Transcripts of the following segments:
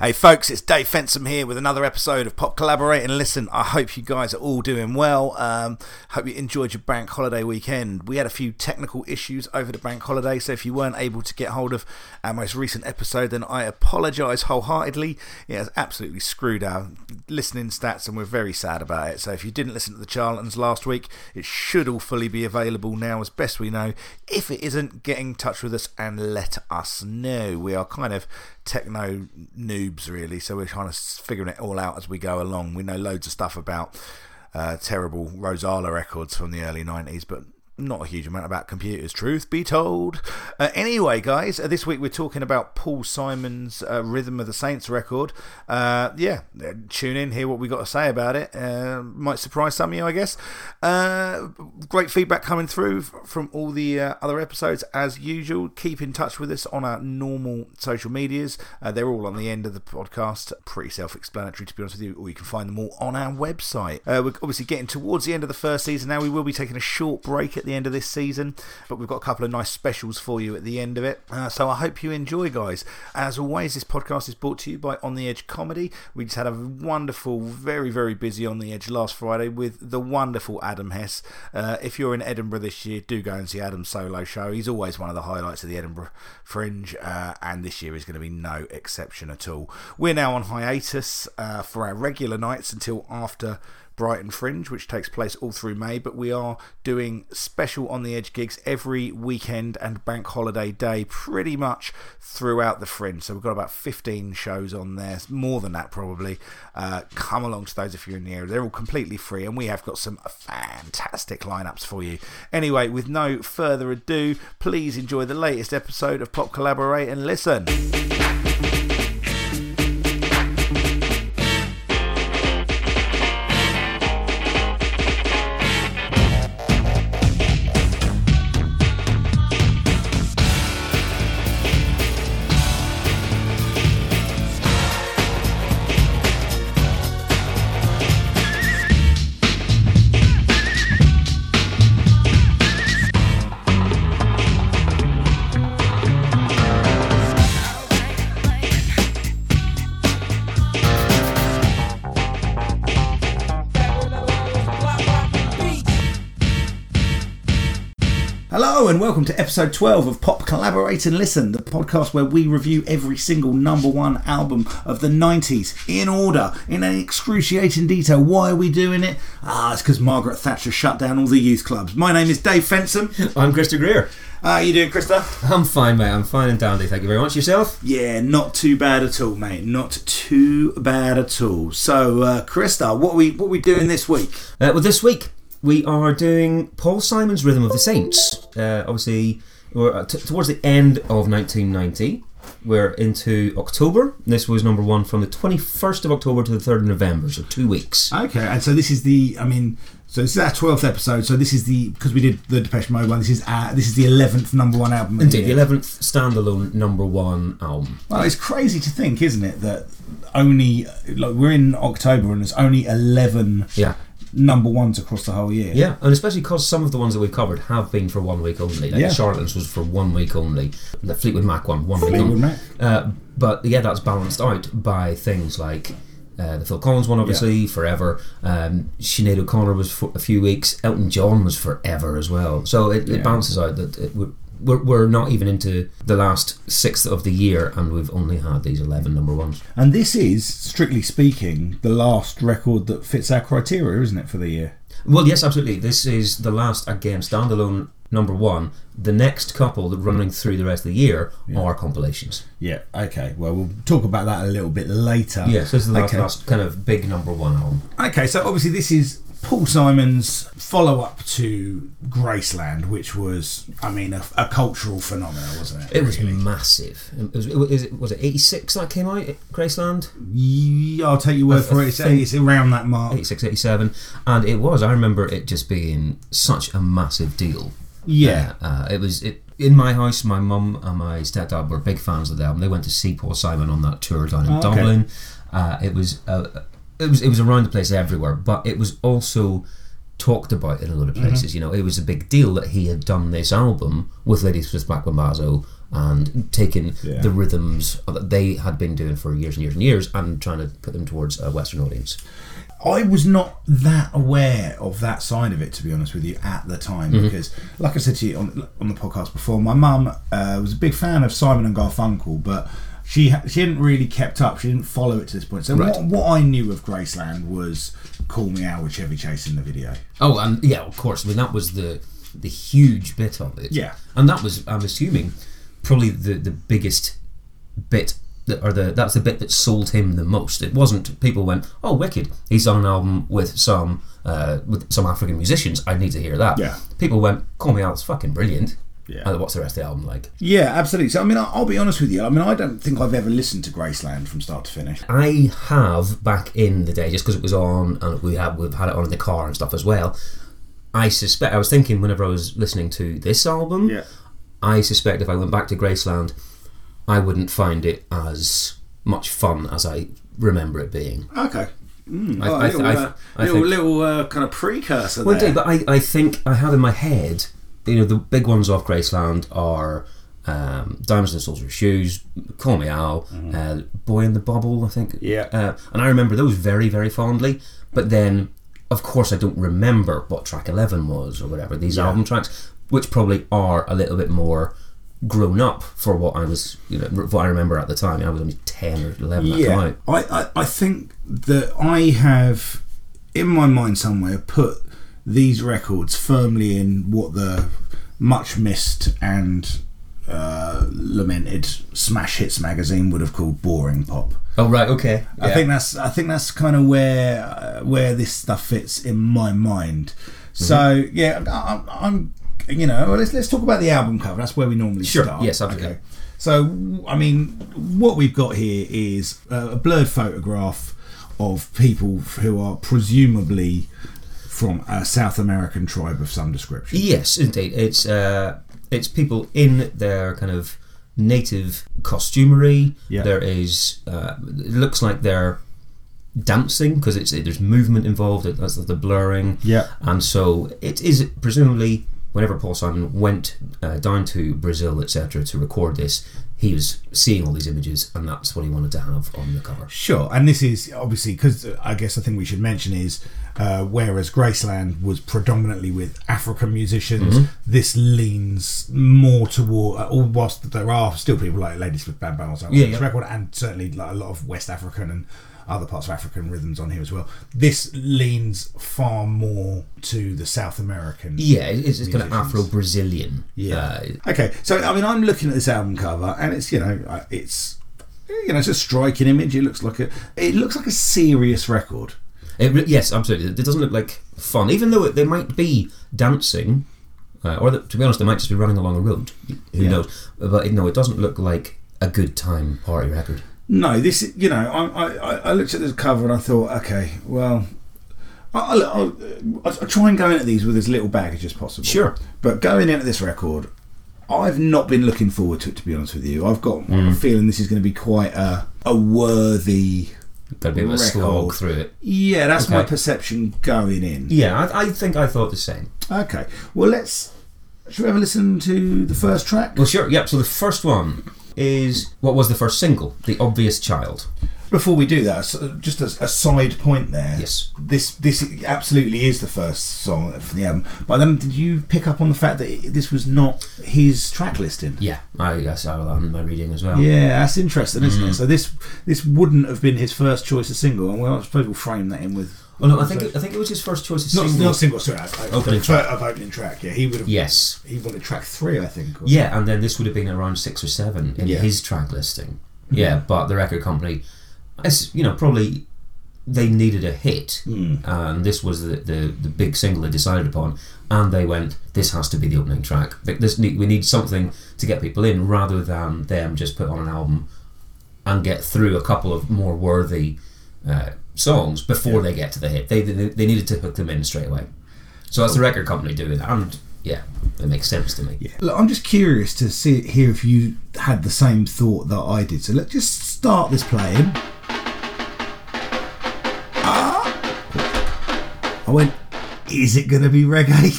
Hey folks, it's Dave Fensom here with another episode of Pop Collaborate and Listen. I hope you guys are all doing well. Um, hope you enjoyed your bank holiday weekend. We had a few technical issues over the bank holiday, so if you weren't able to get hold of our most recent episode, then I apologise wholeheartedly. It has absolutely screwed our listening stats, and we're very sad about it. So if you didn't listen to the Charlatans last week, it should all fully be available now, as best we know. If it isn't, get in touch with us and let us know. We are kind of techno noobs really so we're trying to s- figuring it all out as we go along we know loads of stuff about uh, terrible rosala records from the early 90s but not a huge amount about computers truth be told uh, anyway guys uh, this week we're talking about paul simon's uh, rhythm of the saints record uh, yeah uh, tune in hear what we got to say about it uh, might surprise some of you i guess uh, great feedback coming through f- from all the uh, other episodes as usual keep in touch with us on our normal social medias uh, they're all on the end of the podcast pretty self-explanatory to be honest with you or you can find them all on our website uh, we're obviously getting towards the end of the first season now we will be taking a short break at the end of this season but we've got a couple of nice specials for you at the end of it uh, so i hope you enjoy guys as always this podcast is brought to you by on the edge comedy we just had a wonderful very very busy on the edge last friday with the wonderful adam hess uh, if you're in edinburgh this year do go and see adam's solo show he's always one of the highlights of the edinburgh fringe uh, and this year is going to be no exception at all we're now on hiatus uh, for our regular nights until after Brighton Fringe, which takes place all through May, but we are doing special on the edge gigs every weekend and bank holiday day pretty much throughout the Fringe. So we've got about 15 shows on there, more than that probably. Uh, come along to those if you're in the area. They're all completely free, and we have got some fantastic lineups for you. Anyway, with no further ado, please enjoy the latest episode of Pop Collaborate and listen. Hello and welcome to episode 12 of Pop Collaborate and Listen, the podcast where we review every single number one album of the 90s in order, in an excruciating detail. Why are we doing it? Ah, it's because Margaret Thatcher shut down all the youth clubs. My name is Dave Fensom. I'm Krista Greer. How you doing, Krista? I'm fine, mate. I'm fine and dandy. Thank you very much. Yourself? Yeah, not too bad at all, mate. Not too bad at all. So, uh, Krista, what are we what are we doing this week? Uh, well, this week we are doing Paul Simon's Rhythm of the Saints. Uh, obviously, we're uh, t- towards the end of 1990. We're into October. This was number one from the 21st of October to the 3rd of November, so two weeks. Okay, and so this is the. I mean, so this is our twelfth episode. So this is the because we did the Depeche Mode one. This is our, this is the eleventh number one album. of the Indeed, the year. 11th standalone number one album. Well, it's crazy to think, isn't it, that only like we're in October and there's only eleven Yeah. number ones across the whole year. Yeah, and especially because some of the ones that we've covered have been for one week only. Like Yeah. the Charlatans was for one week only. The Fleetwood Mac one, one week Fleetwood only. Mac. Uh, but yeah, that's balanced out by things like uh, the Phil Collins one, obviously, forever. Um, Sinead O'Connor was for a few weeks. Elton John was forever as well. So it, it balances out that it, we're, we're, we're not even into the last sixth of the year, and we've only had these 11 number ones. And this is, strictly speaking, the last record that fits our criteria, isn't it, for the year? Well, yes, absolutely. This is the last, again, standalone number one. The next couple that running through the rest of the year are compilations. Yeah. Okay. Well, we'll talk about that a little bit later. Yeah, so this is the last, Okay. last kind of big number one album. Okay, so obviously this is Paul Simon's follow-up to Graceland, which was, I mean, a, a cultural phenomenon, wasn't it? It was massive. It was, it was, it- was it 86 that came out, Graceland? Ye- I'll take your word for it. It's, it's around that mark. 86, 87. And it was. I remember it just being such a massive deal. Yeah. Uh, it was. It, in my house, my mum and my stepdad were big fans of the album. They went to see Paul Simon on that tour down in Oh, okay. Dublin. Uh, it was uh, it was it was around the place everywhere, but it was also talked about in a lot of Mm-hmm. places. You know, it was a big deal that he had done this album with Ladies with Black Mambazo and taken Yeah. the rhythms that they had been doing for years and years and years and trying to put them towards a Western audience. I was not that aware of that side of it, to be honest with you, at the time. Because, like I said to you on, on the podcast before, my mum uh, was a big fan of Simon and Garfunkel, but she ha- she hadn't really kept up. She didn't follow it to this point. So, Right. what, what I knew of Graceland was "Call Me Out" with Chevy Chase in the video. Oh, and yeah, of course. I mean, that was the the huge bit of it. Yeah. and that was, I'm assuming, probably the the biggest bit that or the that's the bit that sold him the most. It wasn't people went, oh, wicked. He's on an album with some uh, with some African musicians. I need to hear that. Yeah. people went, call me out. It's fucking brilliant. Yeah. And what's the rest of the album like? Yeah, absolutely. So, I mean, I- I'll be honest with you. I mean, I don't think I've ever listened to Graceland from start to finish. I have back in the day, just because it was on and we have we've had it on in the car and stuff as well. I suspect I was thinking whenever I was listening to this album, Yeah. I suspect if I went back to Graceland, I wouldn't find it as much fun as I remember it being. Okay. Mm, I- oh, I th- I th- I think- little uh, kind of precursor Well, indeed, but I, I think I had in my head, you know, the big ones off Graceland are um, Diamonds and Soldier Shoes, Call Me Out, uh, Boy in the Bubble, I think. Mm-hmm. Yeah. Uh, and I remember those very, very fondly. But then, of course, I don't remember what track 11 was or whatever, these album tracks, which probably are a little bit more grown up for what I was, you know, what I remember at the time. I was only 10 or 11 at the yeah, time. I, I, I think that I have in my mind somewhere put these records firmly in what the much missed and uh, lamented Smash Hits magazine would have called boring pop. Oh, right, okay. I think that's I think that's kind of where uh, where this stuff fits in my mind. Mm-hmm. So yeah, I, I'm- I'm you know well, let's let's talk about the album cover. That's where we normally Sure. start. Yes, absolutely. So I mean, what we've got here is uh, a blurred photograph of people who are presumably from a South American tribe of some description. Yes, indeed. It's uh, it's people in their kind of native costumery. Yeah. There is uh, it looks like they're dancing because it's there's movement involved. it- That's the blurring. Yeah. And so it is presumably whenever Paul Simon went uh, down to Brazil, etc., to record this, he was seeing all these images, and that's what he wanted to have on the cover. Sure, and this is obviously because I guess the thing we should mention is uh, whereas Graceland was predominantly with African musicians, Mm-hmm. this leans more toward. Uh, whilst there are still people like Ladies with Bambas on Yeah, this yeah. record, and certainly like a lot of West African and other parts of African rhythms on here as well. This leans far more to the South American. Yeah, it's, it's kind of Musicians. Afro-Brazilian. Yeah. Uh, Okay, so I mean, I'm looking at this album cover, and it's you know, uh, it's you know, it's a striking image. It looks like a, it looks like a serious record. It, re- yes, absolutely. It doesn't look like fun, even though it, they might be dancing, uh, or that, to be honest, they might just be running along a road. Who Yeah. knows? But no, it doesn't look like a good time party record. No, this is you know I, I I- I looked at the cover and I thought, okay, well, I, I, I'll, I'll try and go into these with as little baggage as possible. Sure. but going into this record, I've not been looking forward to it. To be honest with you, I've got Mm. a feeling this is going to be quite a a worthy. Got a bit of a slog Record. through it. Yeah, that's my Okay. perception going in. Yeah, I, I think I thought the same. Okay, well let's. Should we ever listen to the first track? Well, sure. Yeah. So the first one is what was the first single? The obvious child. Before we do that, so just a, a side point there. Yes. This this absolutely is the first song for the album. But then, did you pick up on the fact that it- this was not his track listing? Yeah, I guess I saw that in my reading as well. Yeah, that's interesting, isn't Mm. it? So this this wouldn't have been his first choice of single, and well, I suppose we'll frame that in with. Well, Oh, no, I think it, I think it was his first choice of not single. not single, sorry, I- I- Opening fir- of opening track. Yeah, he would have. Yes. he wanted track three, I think. or- Yeah, and then this would have been around six or seven in Yeah. his track listing. Yeah, but the record company, it's, you know, probably they needed a hit, and this was the, the the big single they decided upon, and they went, "This has to be the opening track. Th- This need, we need something to get people in, rather than them just put on an album and get through a couple of more worthy uh, songs before they get to the hit. They, they they needed to hook them in straight away. So that's the record company doing that, and yeah, it makes sense to me. Yeah. Look, I'm just curious to see here if you had the same thought that I did. So let's just start this playing. Ah! I went, is it going to be reggae?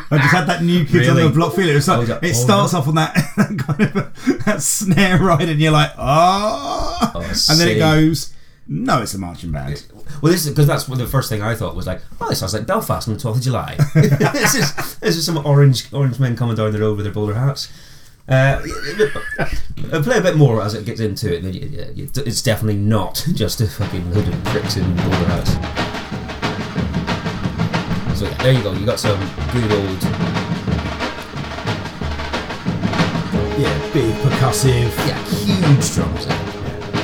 I just had that new kids on the Really? block feeling. It, was I was like, like, it oh, starts off on that, that kind of that snare ride, and you're like, ah, Oh, I and then it see. goes. No, it's a marching band. Well, this is because that's what the first thing I thought was like, oh, this sounds like Belfast on the 12th of July. this is this is some orange orange men coming down the road with their bowler hats. Uh, I play a bit more as it gets into it. and you- you- you- It's definitely not just a fucking hood of pricks in bowler hats. So yeah, there you go. You got some good old. Yeah, big percussive. Yeah, huge drums. there.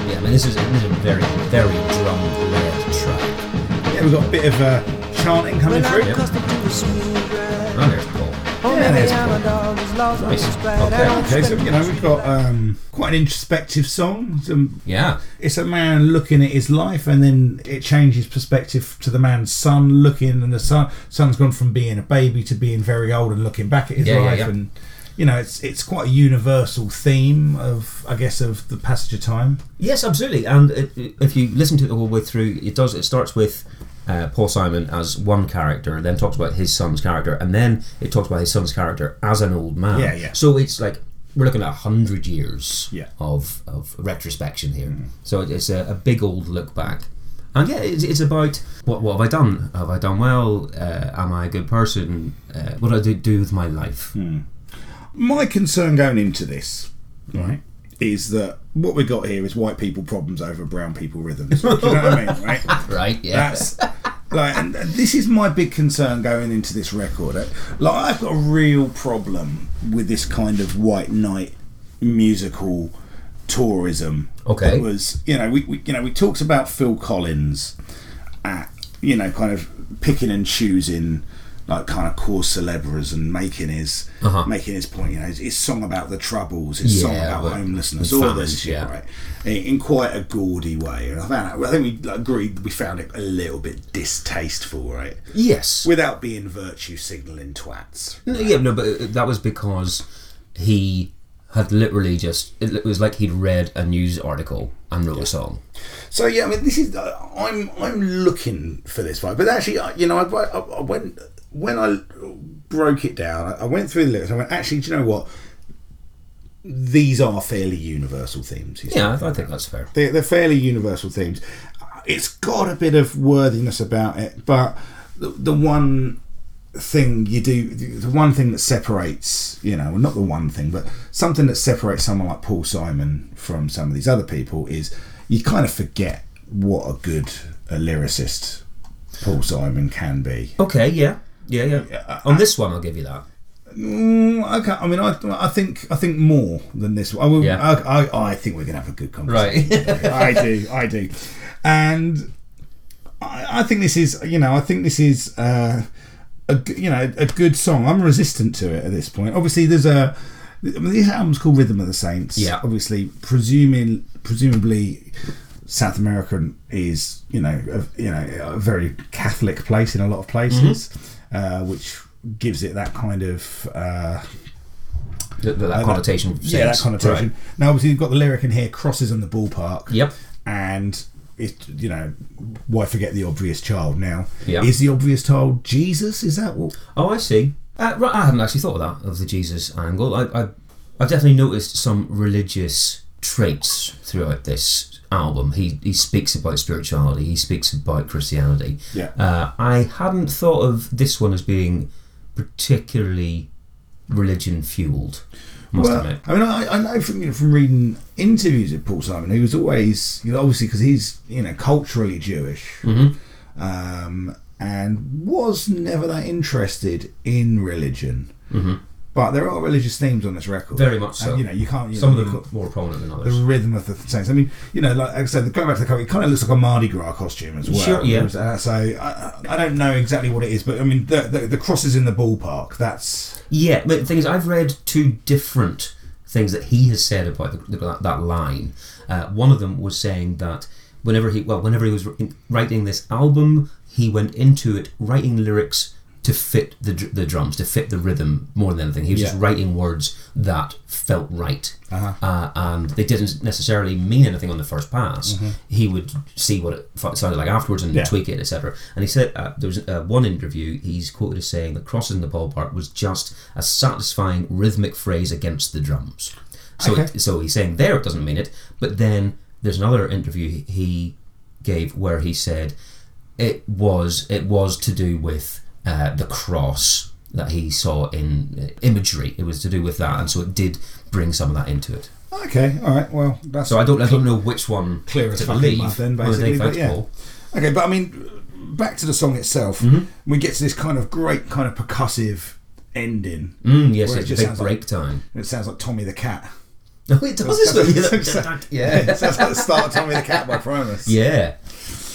Yeah, I mean, this is, this is a very, very drum-led track. Yeah, we've got a bit of uh, chanting coming Well, through. I'm accustomed to a smooth ride. And there's Paul. Oh, Yeah, maybe there's I'm a dog who's lost on Nice. his stride. Okay, I don't Okay, so spend you know we've got um, quite an introspective song. It's a, Yeah. it's a man looking at his life, and then it changes perspective to the man's son looking, and the son son's gone from being a baby to being very old and looking back at his Yeah, yeah, life, yeah. and you know it's it's quite a universal theme of I guess of the passage of time. Yes, absolutely. And it, it- if you listen to it the whole way through, it does. It starts with uh, Paul Simon as one character, then talks about his son's character, and then it talks about his son's character as an old man. Yeah, yeah. So it's like we're looking at a hundred years Yeah. Mm. of of retrospection here. So it- it's a, a big old look back. And yeah, it's, it's about what what have I done? Have I done well? Uh, am I a good person? Uh, what do I do, do with my life? Mm. My concern going into this, right, is that what we got here is white people problems over brown people rhythms. Do you know what I mean? Right. Right? Yeah. That's like, and this is my big concern going into this record. Uh, Like, I've got a real problem with this kind of white knight musical tourism. Okay. it was you know we, we you know we talked about Phil Collins at you know kind of picking and choosing like kind of core celebras and making his Uh-huh. making his point. You know his, his song about the troubles, his song Yeah, about well, homelessness, with all famines, this shit, yeah. right? in, in quite a gaudy way. And I found that, I think we agreed we found it a little bit distasteful, right? yes. Without being virtue signalling twats. No, yeah, no, but uh, that was because he had literally just. It was like he'd read a news article and wrote a song. So yeah, I mean, this is uh, I'm I'm looking for this vibe, but actually, I- you know, I, I, I went when I broke it down, I, I went through the lyrics. and I went, actually, do you know what? These are fairly universal themes. he said. Yeah, I, I think that's fair. They're, they're fairly universal themes. It's got a bit of worthiness about it, but the, the one thing you do, the one thing that separates, you know, not the one thing, but something that separates someone like Paul Simon from some of these other people is you kind of forget what a good a lyricist Paul Simon can be. Okay, yeah. Yeah, yeah. On this one, I'll give you that. Mm, okay, I mean, I, I think I think more than this. I, will, Yeah. I, I, I think we're gonna have a good conversation. Right. I do, I do, and I, I think this is, you know, I think this is, uh, a g- you know, a good song. I'm resistant to it at this point. Obviously, there's a I mean, this album's called Rhythm of the Saints. Yeah. obviously, presuming presumably. South America is, you know, a, you know, a very Catholic place in a lot of places, Mm-hmm. uh, which gives it that kind of uh, that, that connotation. of yeah, Uh, that sense. connotation. Right. Now, obviously, you've got the lyric in here: crosses on the ballpark Yep. and it you know why forget the obvious child now Yeah. is the obvious child jesus is that what Oh, I see. Uh, right, I hadn't actually thought of that of the Jesus angle. I, I, I've definitely noticed some religious traits throughout this album. He he speaks about spirituality. He speaks about Christianity. Yeah. Uh, I hadn't thought of this one as being particularly religion fueled. Must admit. i mean i, I know from you know, from reading interviews with paul simon he was always you know, obviously because he's you know culturally jewish Mm-hmm. um, and was never that interested in religion but there are religious themes on this record Mm-hmm. Very much And, so. uh, you know you can't you Some know, of you them more prominent than the others. rhythm of the Saints. I mean, you know, like I said, going back to the cover, it kind of looks like a Mardi Gras costume as well. Sure, yeah. Uh, so I, I don't know exactly what it is, but I mean, the, the, the cross is in the ballpark. That's Yeah, but the thing is, I've read two different things that he has said about the, that, that line. Uh, one of them was saying that whenever he well, whenever he was wri- writing this album, he went into it writing lyrics to fit the dr- the drums, to fit the rhythm more than anything. He was just Yeah. writing words that felt right, Uh-huh. Mm-hmm. Uh, and they didn't necessarily mean anything on the first pass. He would see what it fu- sounded like afterwards and Yeah. tweak it, etc. And he said uh, there was uh, one interview he's quoted as saying that "Crosses in the Ballpark" was just a satisfying rhythmic phrase against the drums. So Okay. it, so he's saying there it doesn't mean it, but then there's another interview he- he gave where he said it was it was to do with uh, the cross that he saw in uh, imagery. It was to do with that, and so it did bring some of that into it. Okay, all right. Well, that's So I don't I don't know which one Clear as to fucking believe. mud then, Well, they basically, but voted yeah. Paul. Okay, but I mean, back to the song itself. Mm-hmm. We get to this kind of great, kind of percussive ending. Mm, yes, Where it it's just a big sounds like- breakdown. It sounds like Tommy the Cat. No, it does. That's- doesn't that's- it? that's- yeah. it sounds like the start of Tommy the Cat by Primus. Yeah,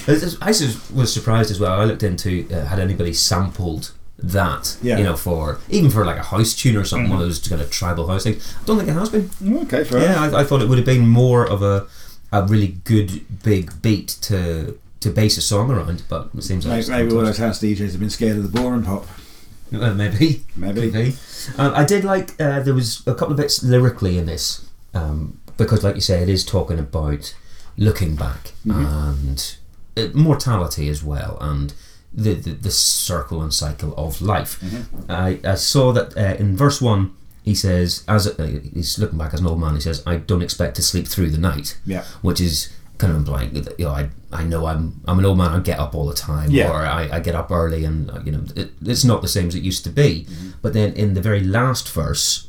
I was- I was was surprised as well. I looked into uh, had anybody sampled that, Yeah. Mm-hmm. you know, for even for like a house tune or something, one of those kind of tribal house things. I don't think it has been. Okay, fair Yeah, I, I thought it would have been more of a a really good big beat to to base a song around, but it seems like Maybe, it's maybe all not those house DJs have been scared of the boring pop. touched. Uh, maybe Maybe. Could be. Um, I did like uh, there was a couple of bits lyrically in this um, because, like you say, it is talking about looking back Mm-hmm. and uh, mortality as well, and the, the the circle and cycle of life. Mm-hmm. I, I saw that uh, in verse one. He says, as uh, he's looking back as an old man, he says, "I don't expect to sleep through the night." Yeah. which is kind of implying that you know I, I know I'm I'm an old man I get up all the time Yeah. or I, I get up early and uh, you know it, it's not the same as it used to be but then in the very last verse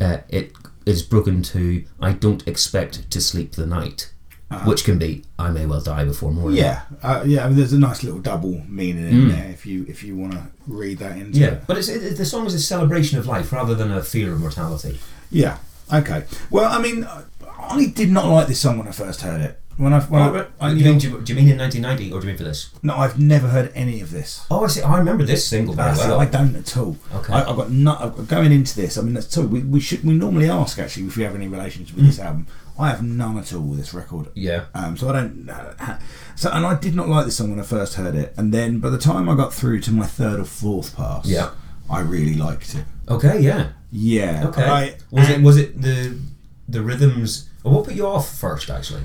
uh, it is broken to I don't expect to sleep the night which can be I may well die before morning Yeah, uh, yeah. I mean, there's a nice little double meaning in there if you if you want to read that into yeah it. but it's it, the song is a celebration of life rather than a fear of mortality Yeah. Okay. Well, I mean, I did not like this song when I first heard it. When I when I, I Uh, you mean, do, you, do you mean in 1990 or do you mean for this no, I've never heard any of this. oh I see I remember this single very That's it, well I don't at all. Okay. I, I've got no, I've got going into this. I mean, that's so we, we should we normally ask actually if we have any relationship with this album. I have none at all with this record. yeah Um, so I don't. Uh, ha- so and I did not like this song when I first heard it, and then by the time I got through to my third or fourth pass, Yeah. I really liked it. okay yeah Yeah. Okay. I, was it and- was it the the rhythms? oh, What put you off first, actually?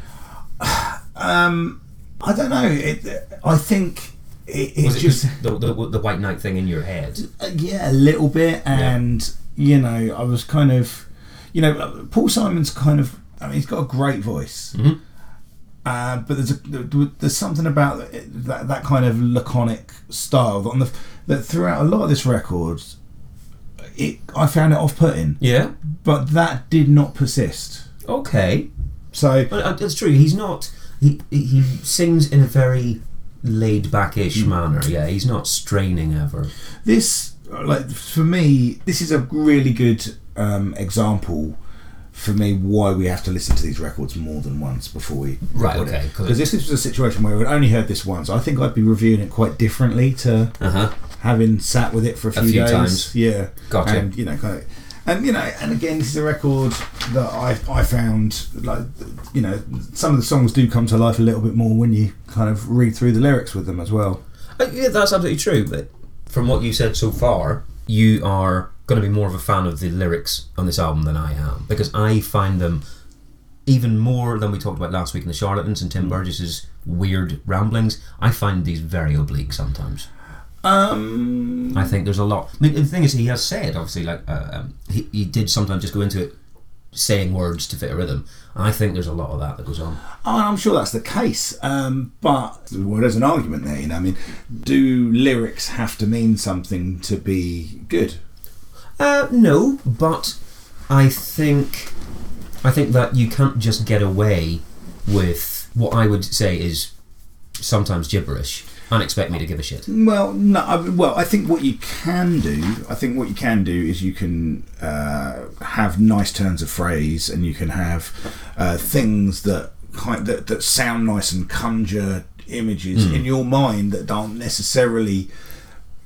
Um, I don't know. It, I think it, it Was it just just the, the, the white knight thing in your head? Uh, yeah, a little bit, and you know, I was kind of, you know, uh, Paul Simon's kind of. I mean, he's got a great voice, uh, but there's a, there- there's something about it- that that kind of laconic style that on the that throughout a lot of this record, it I found it off-putting, Yeah. but that did not persist. Okay. So But uh, it's true. He's not. He he he sings in a very laid backish Hmm. manner. Yeah. He's not straining ever. this like for me this is a really good um, example for me why we have to listen to these records more than once before we Right, record it. okay, 'cause- because this was a situation where we'd only heard this once I think I'd be reviewing it quite differently to Uh huh. having sat with it for a few, few days times. yeah Gotcha. and you know kind of and you know and again this is a record that I, I found like you know some of the songs do come to life a little bit more when you kind of read through the lyrics with them as well Uh, yeah, that's absolutely true. But from what you said so far, you are going to be more of a fan of the lyrics on this album than I am because I find them even more than we talked about last week in the Charlatans and Tim Burgess's weird ramblings. I find these very oblique sometimes. um I think there's a lot. I mean, the thing is, he has said obviously, like uh, um, he, he did sometimes just go into it saying words to fit a rhythm. And I think there's a lot of that that goes on. Oh, I'm sure that's the case, um, but well, there's an argument there. You know, I mean, do lyrics have to mean something to be good? Uh, no, but I think I think that you can't just get away with what I would say is sometimes gibberish and expect me to give a shit. Well, no. I, well, I think what you can do, I think what you can do is you can uh, have nice turns of phrase, and you can have uh, things that kind that, that sound nice and conjure images in your mind that aren't necessarily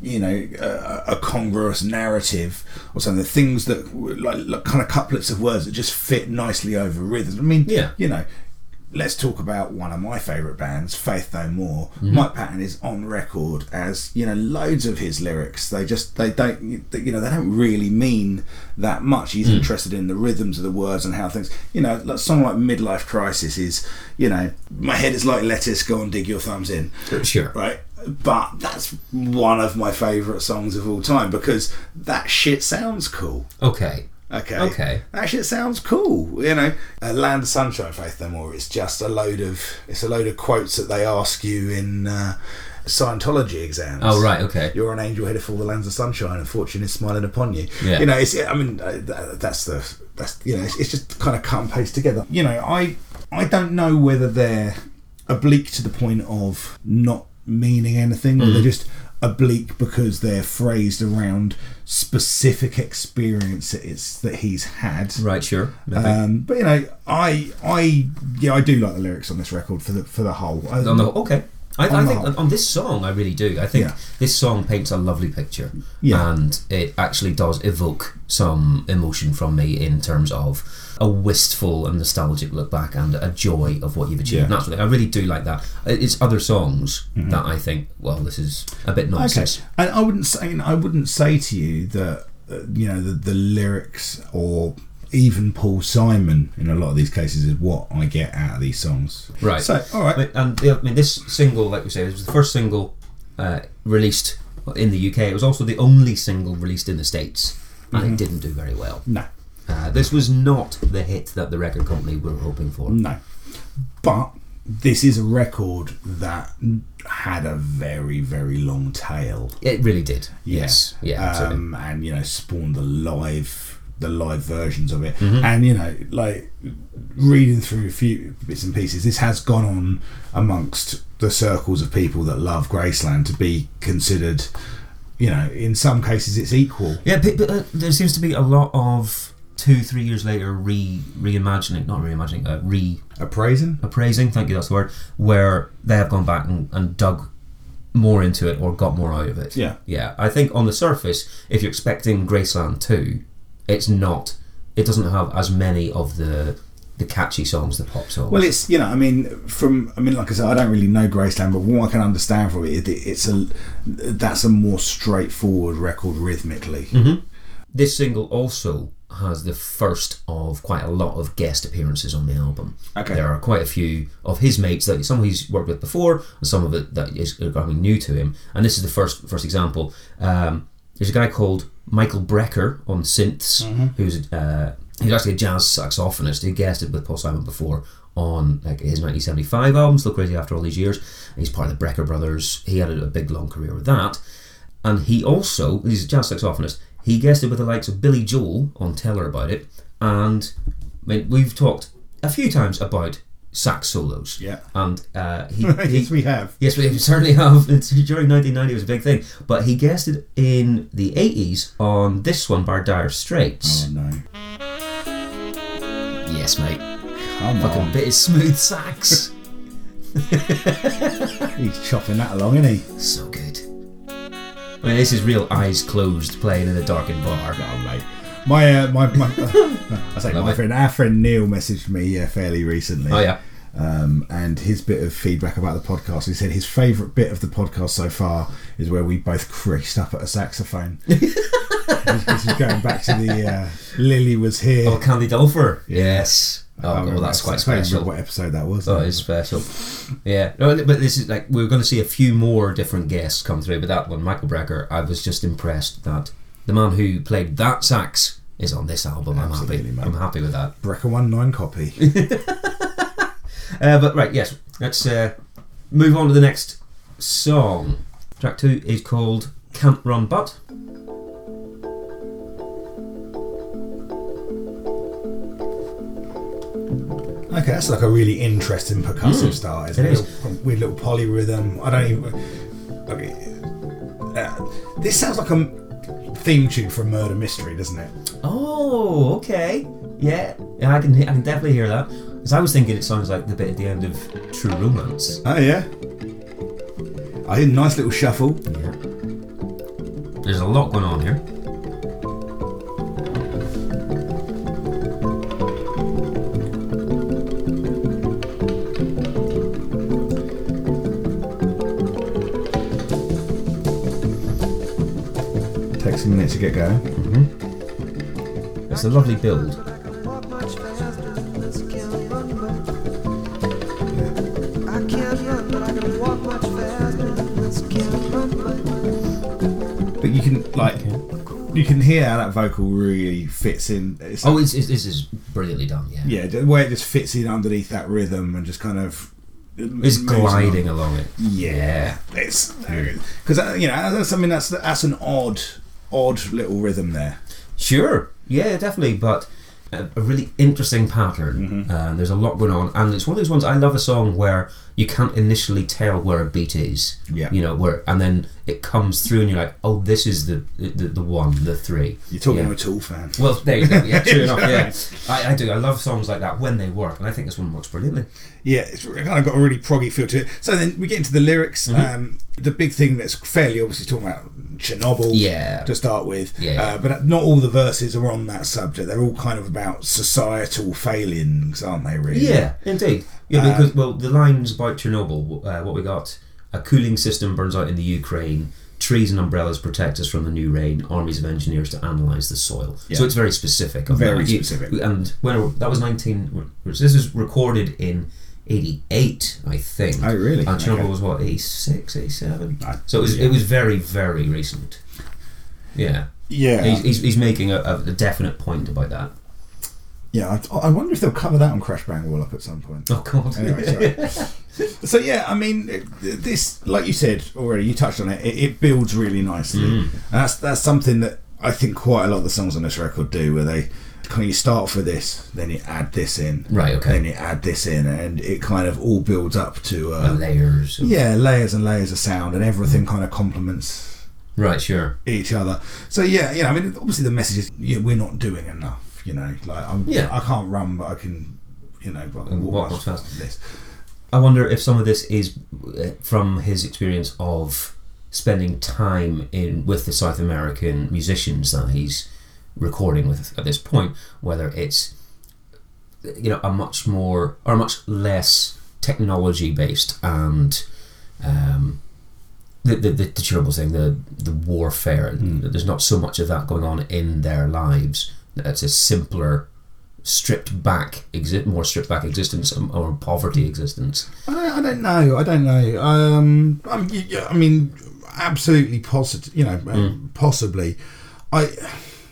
you know a, a congruous narrative or something things that w- like, like kind of couplets of words that just fit nicely over rhythms i mean Yeah. you know let's talk about one of my favourite bands, Faith No More. Mike Patton is on record as you know loads of his lyrics. They just they don't you know they don't really mean that much. He's interested in the rhythms of the words and how things you know. Like a song like Midlife Crisis is you know my head is like lettuce. Go and dig your thumbs in. Sure. Right. But that's one of my favourite songs of all time because that shit sounds cool. Okay. Okay. Okay. That shit sounds cool. You know, uh, Land of Sunshine, Faith No More. It's just a load of it's a load of quotes that they ask you in uh, Scientology exams. Oh right. Okay. You're an angel headed for all the lands of sunshine, and fortune is smiling upon you. Yeah. You know, it's. I mean, uh, that, that's the. That's you know, it's, it's just kind of cut and paste together. You know, I I don't know whether they're oblique to the point of not meaning anything, Mm. or they're just oblique because they're phrased around specific experiences that he's had. Right. Sure. Um, but you know, I I yeah, I do like the lyrics on this record for the for the whole. I- on the whole- okay. I, On I the think whole. on this song, I really do. I think Yeah. this song paints a lovely picture, Yeah. and it actually does evoke some emotion from me in terms of a wistful and nostalgic look back and a joy of what you've achieved. Yeah. Mm-hmm. And that's what I really do like that. It's other songs that I think, well, this is a bit Okay, nonsense. and I wouldn't say I wouldn't say to you that uh, you know the, the lyrics or even Paul Simon in a lot of these cases is what I get out of these songs. Right. So all right, But- And the, I mean, this single, like we say, was the first single uh, released in the UK. It was also the only single released in the States, and Mm-hmm. it didn't do very well. no, Uh, this was not the hit that the record company were hoping for. no, but this is a record that had a very very long tail. It really did. Yeah. Yes. Yeah. absolutely. um, and you know spawned the live the live versions of it Mm-hmm. and you know like reading through a few bits and pieces this has gone on amongst the circles of people that love graceland to be considered you know in some cases it's equal Yeah. But, but, uh, there seems to be a lot of two, three years later re reimagining, not reimagining, uh, re appraising appraising. Thank you. That's the word. Where they have gone back and, and dug more into it or got more out of it. Yeah. Yeah. I think on the surface, if you're expecting Graceland two, it's not. It doesn't have as many of the the catchy songs, the pop songs. well it's you know i mean from i mean like i said i don't really know graceland but what i can understand from it, it it's a that's a more straightforward record rhythmically Mm-hmm. This single also has the first of quite a lot of guest appearances on the album. Okay. There are quite a few of his mates that some he's worked with before, and some of it that is becoming new to him. And this is the first first example. Um, there's a guy called Michael Brecker on synths, who's uh, he's actually a jazz saxophonist. He guested with Paul Simon before on like his 1975 album, Still Crazy After All These Years. And he's part of the Brecker Brothers. He had a big long career with that. And he also, he's a jazz saxophonist, he guested with the likes of Billy Joel on Tell Her About It. And I mean, we've talked a few times about sax solos. Yeah. And uh, he, yes he we have Yes, we certainly have. It's, during 1990, it was a big thing. But he guested in the 80s on this one by Dire Straits. oh no Oh, Yes, mate. come Fucking on bit of smooth sax. he's chopping that along isn't he so good. I mean, this is real eyes closed playing in a darkened bar. Oh, mate. My, uh, my, my I say Love my it. friend, our friend Neil messaged me uh, fairly recently. Oh, yeah. Um, and his bit of feedback about the podcast, he said his favourite bit of the podcast so far is where we both creased up at a saxophone. this is going back to the uh, Lily was here. Oh, Candy Dulfer. Yeah. Yes. I Oh, can't well, remember- that's quite I can't remember special. What episode that was? Oh, it's special. Yeah. No, but this is like, we're going to see a few more different guests come through, but that one, Michael Brecker, I was just impressed that the man who played that sax is on this album. I'm Absolutely, happy. man. I'm happy with that. Brecker one nine copy. Uh, but right, yes, let's uh, move on to the next song. Track two is called Can't Run But. Okay, that's like a really interesting percussive style, isn't Hmm. It it? is. Little- Weird little polyrhythm. I don't even. Okay. Uh, this sounds like a m- theme tune for a murder mystery, doesn't it? Oh, okay. Yeah, yeah, I can, I can definitely hear that. Because I was thinking it sounds like the bit at the end of True Romance. Oh, yeah. I hear a nice little shuffle. Yeah. There's a lot going on here. takes a minute to get going. It's a lovely build. I can't run, but I can walk much faster. This can't run, but But you can like you can hear how that vocal really fits in. It's Oh, it's, it's, this is brilliantly done. Yeah, yeah, the way it just fits in underneath that rhythm and just kind of it it's moves along. gliding along it. Yeah, it's because uh, you know that's I mean that's that's an odd odd little rhythm there. Sure. Yeah, definitely. But a, a really interesting pattern. Mm-hmm. Uh, there's a lot going on, and it's one of those ones. I love a song where you can't initially tell where a beat is. Yeah. You know where, and then it comes through, and you're like, "Oh, this is the the, the one, the three. You're talking Yeah. to a Tool fan. Well, there you go. Yeah, true enough. Yeah, I, I do. I love songs like that when they work, and I think this one works brilliantly. Yeah, it's kind of got a really proggy feel to it. So then we get into the lyrics. Mm-hmm. Um, the big thing that's fairly obviously talking about Chernobyl Yeah. to start with. Yeah, yeah. Uh, but not all the verses are on that subject. They're all kind of about societal failings, aren't they, really? Yeah, indeed. Yeah, Um, because well, the lines about Chernobyl, uh, what we got: a cooling system burns out in the Ukraine. Trees and umbrellas protect us from the new rain. Armies of engineers to analyze the soil. Yeah. So it's very specific. On Very that. You- specific. and when that was nineteen, this is recorded in. 88 I think Oh, really? and Chernobyl Okay. was what 86 87 I- so it was, yeah. it was very very recent yeah, Yeah. He's, he's, he's making a, a definite point about that yeah. I, I wonder if they'll cover that on Crash Bang Wall Up at some point. oh god Anyway, sorry. so yeah, I mean, it- this, like you said already, you touched on it. It, it builds really nicely, Mm. and that's that's something that I think quite a lot of the songs on this record do, where they kind of you start off with this, then you add this in, Right, okay. then you add this in, and it kind of all builds up to uh, layers of- yeah, layers and layers of sound, and everything kind of complements right sure each other. So yeah, you know, I mean, obviously the message is yeah, we're not doing enough. You know, like I'm, Yeah. I can't run, but I can, you know, but I can And walk much walk much faster faster. than this. I wonder if some of this is uh, from his experience of spending time in with the South American musicians that he's recording with at this point, whether it's you know a much more or a much less technology based and um, the, the the the terrible thing the the warfare there's not so much of that going on in their lives it's a simpler stripped back exi- more stripped back existence um, or poverty existence I don't, I don't know. I don't know. Um, I mean, yeah, I mean, absolutely positive. You know, Hmm. um, possibly. I.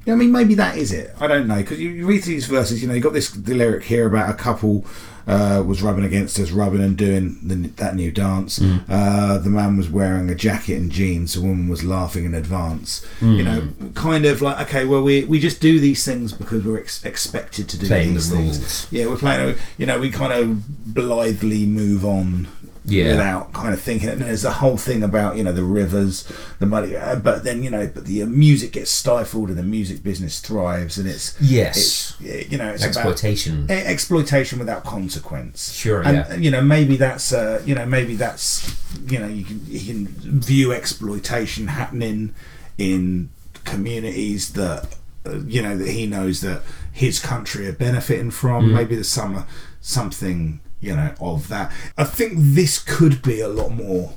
I mean, maybe that is it. I don't know because you, you read through these verses. You know, you got this the lyric here about a couple uh, was rubbing against us, rubbing and doing the, that new dance. Hmm. Uh, the man was wearing a jacket and jeans. The woman was laughing in advance. Hmm. You know, kind of like okay, well, we we just do these things because we're ex- expected to do Playing the these things. rules. Yeah, we're playing. You know, we kind of blithely move on Yeah. without kind of thinking. And there's the whole thing about you know the rivers, the money, uh, but then you know, but the uh, music gets stifled and the music business thrives, and it's Yes. it's, you know, it's about exploitation. e- exploitation without consequence. Sure, and, yeah. You know, maybe that's uh, you know, maybe that's you know, you can you can view exploitation happening in communities that uh, you know that he knows that his country are benefiting Mm. from. Maybe there's some uh, something you know of that. I think this could be a lot more.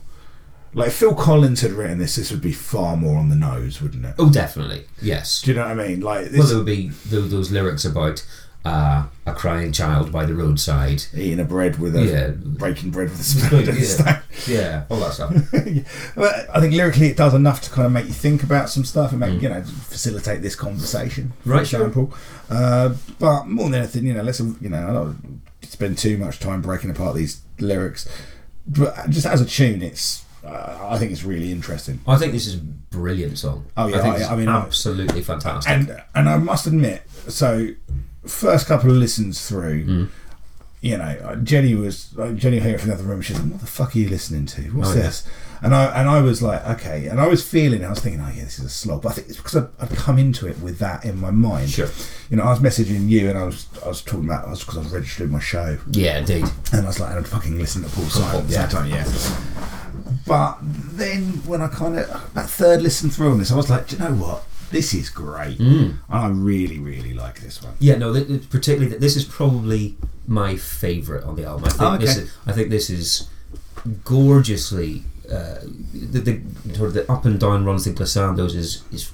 Like if Phil Collins had written this, this would be far more on the nose, wouldn't it? oh, definitely. Yes. Do you know what I mean? Like Well, this, there would be tho- those lyrics about uh, a crying child by the roadside. eating a bread with a Yeah. breaking bread with a spoon. Yeah. and stuff. Yeah, all that stuff. Well, I think lyrically it does enough to kind of make you think about some stuff and make you know facilitate this conversation, for Right, sure. example. Uh, but more than anything, you know, let's you know, I don't spend too much time breaking apart these lyrics, but just as a tune, it's uh, I think it's really interesting. I think this is a brilliant song. Oh, yeah, I think I- it's I mean, I- absolutely fantastic. And and I must admit, so first couple of listens through. Mm. You know, uh, Jenny was like, Jenny heard it from the other room. She's like, "What the fuck are you listening to? What's Oh, yeah. this?" And I and I was like, "Okay." And I was feeling, I was thinking, "Oh yeah, this is a slob." But I think it's because I, I'd come into it with that in my mind. Sure. You know, I was messaging you, and I was I was talking about I was because I was registering my show, yeah, indeed. and I was like, "And "I'd fucking listen to Paul Simon at the yeah. same time." Yeah. But then when I kind of that third listen through on this, I was like, "Do you know what? This is great." Mm. And I really, really like this one. Yeah, no, th- th- particularly that this is probably my favourite on the album. I think Oh, this okay. is, I think this is gorgeusly uh, the, the sort of the up and down runs the glissandos is is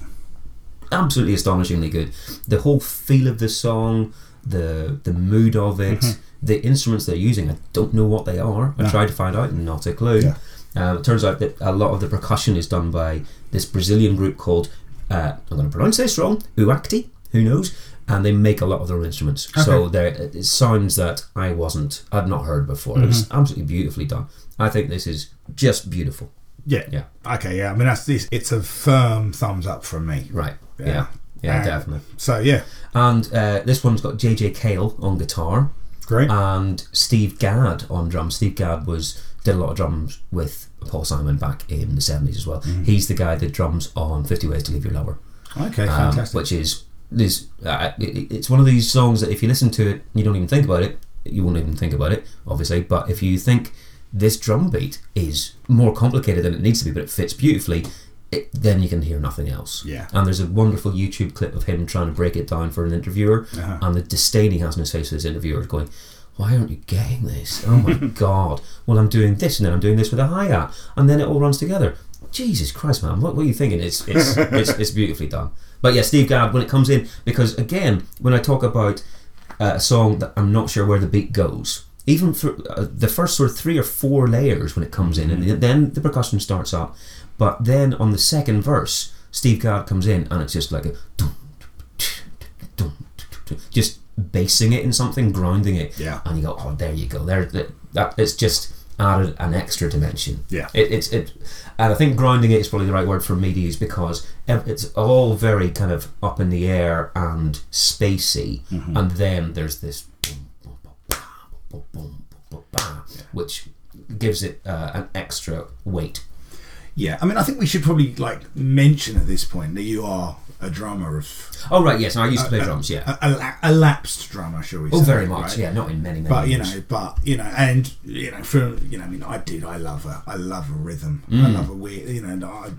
absolutely astonishingly good. The whole feel of the song, the the mood of it, the instruments they're using. I don't know what they are. I No. tried to find out, and not a clue. Yeah. Um, it turns out that a lot of the percussion is done by this Brazilian group called uh, I'm going to pronounce this wrong. Uacti. Who knows? And they make a lot of their own instruments. So there it sounds that I wasn't, I'd not heard before. It's absolutely beautifully done. I think this is just beautiful. Yeah. Yeah. Okay. Yeah. I mean, that's this. It's a firm thumbs up from me. Right. Yeah. Yeah. Yeah, Uh, definitely. So yeah, And uh, this one's got JJ Cale on guitar great. and Steve Gadd on drums. Steve Gadd was did a lot of drums with Paul Simon back in the 70s as well. Mm-hmm. He's the guy that drums on 50 Ways to Leave Your Lover, okay. um, Fantastic. which is this. Uh, it, it- it's one of these songs that if you listen to it, you don't even think about it. You won't even think about it, obviously. But if you think this drum beat is more complicated than it needs to be, but it fits beautifully. It, then you can hear nothing else. Yeah. And there's a wonderful YouTube clip of him trying to break it down for an interviewer, Uh-huh. and the disdain he has in his face for this interviewer is going, Why aren't you getting this? Oh my god. Well, I'm doing this, and then I'm doing this with a hi hat, and then it all runs together. Jesus Christ, man, what were you thinking? It's it's, it's, it's beautifully done. But yeah, Steve Gadd, when it comes in, because again, when I talk about uh, a song that I'm not sure where the beat goes, even for uh, the first sort of three or four layers when it comes in, and then the percussion starts up, but then on the second verse, Steve Gadd comes in, and it's just like a dun, dun, dun, just basing it in something, grounding it, Yeah. and you go, oh, there you go, there, that, that it's just added an extra dimension. Yeah. it, it's it, and I think grounding it is probably the right word for me to use because ev- it's all very kind of up in the air and spacey, Mm-hmm. and then there's this, boom, boom, boom, bah, boom, boom, boom, bah, which gives it uh, an extra weight. yeah. I mean, I think we should probably like mention at this point that you are a drummer of Oh right, yes, I used to play drums. Yeah. a, a, la- a lapsed drummer, shall we? Oh, say, very much. Uh, right? Yeah, not in many, many. But you years. know, but you know, and you know, for you know, I mean, I did. I love a, I love a rhythm. Mm. I love a weird, you know, and I, uh,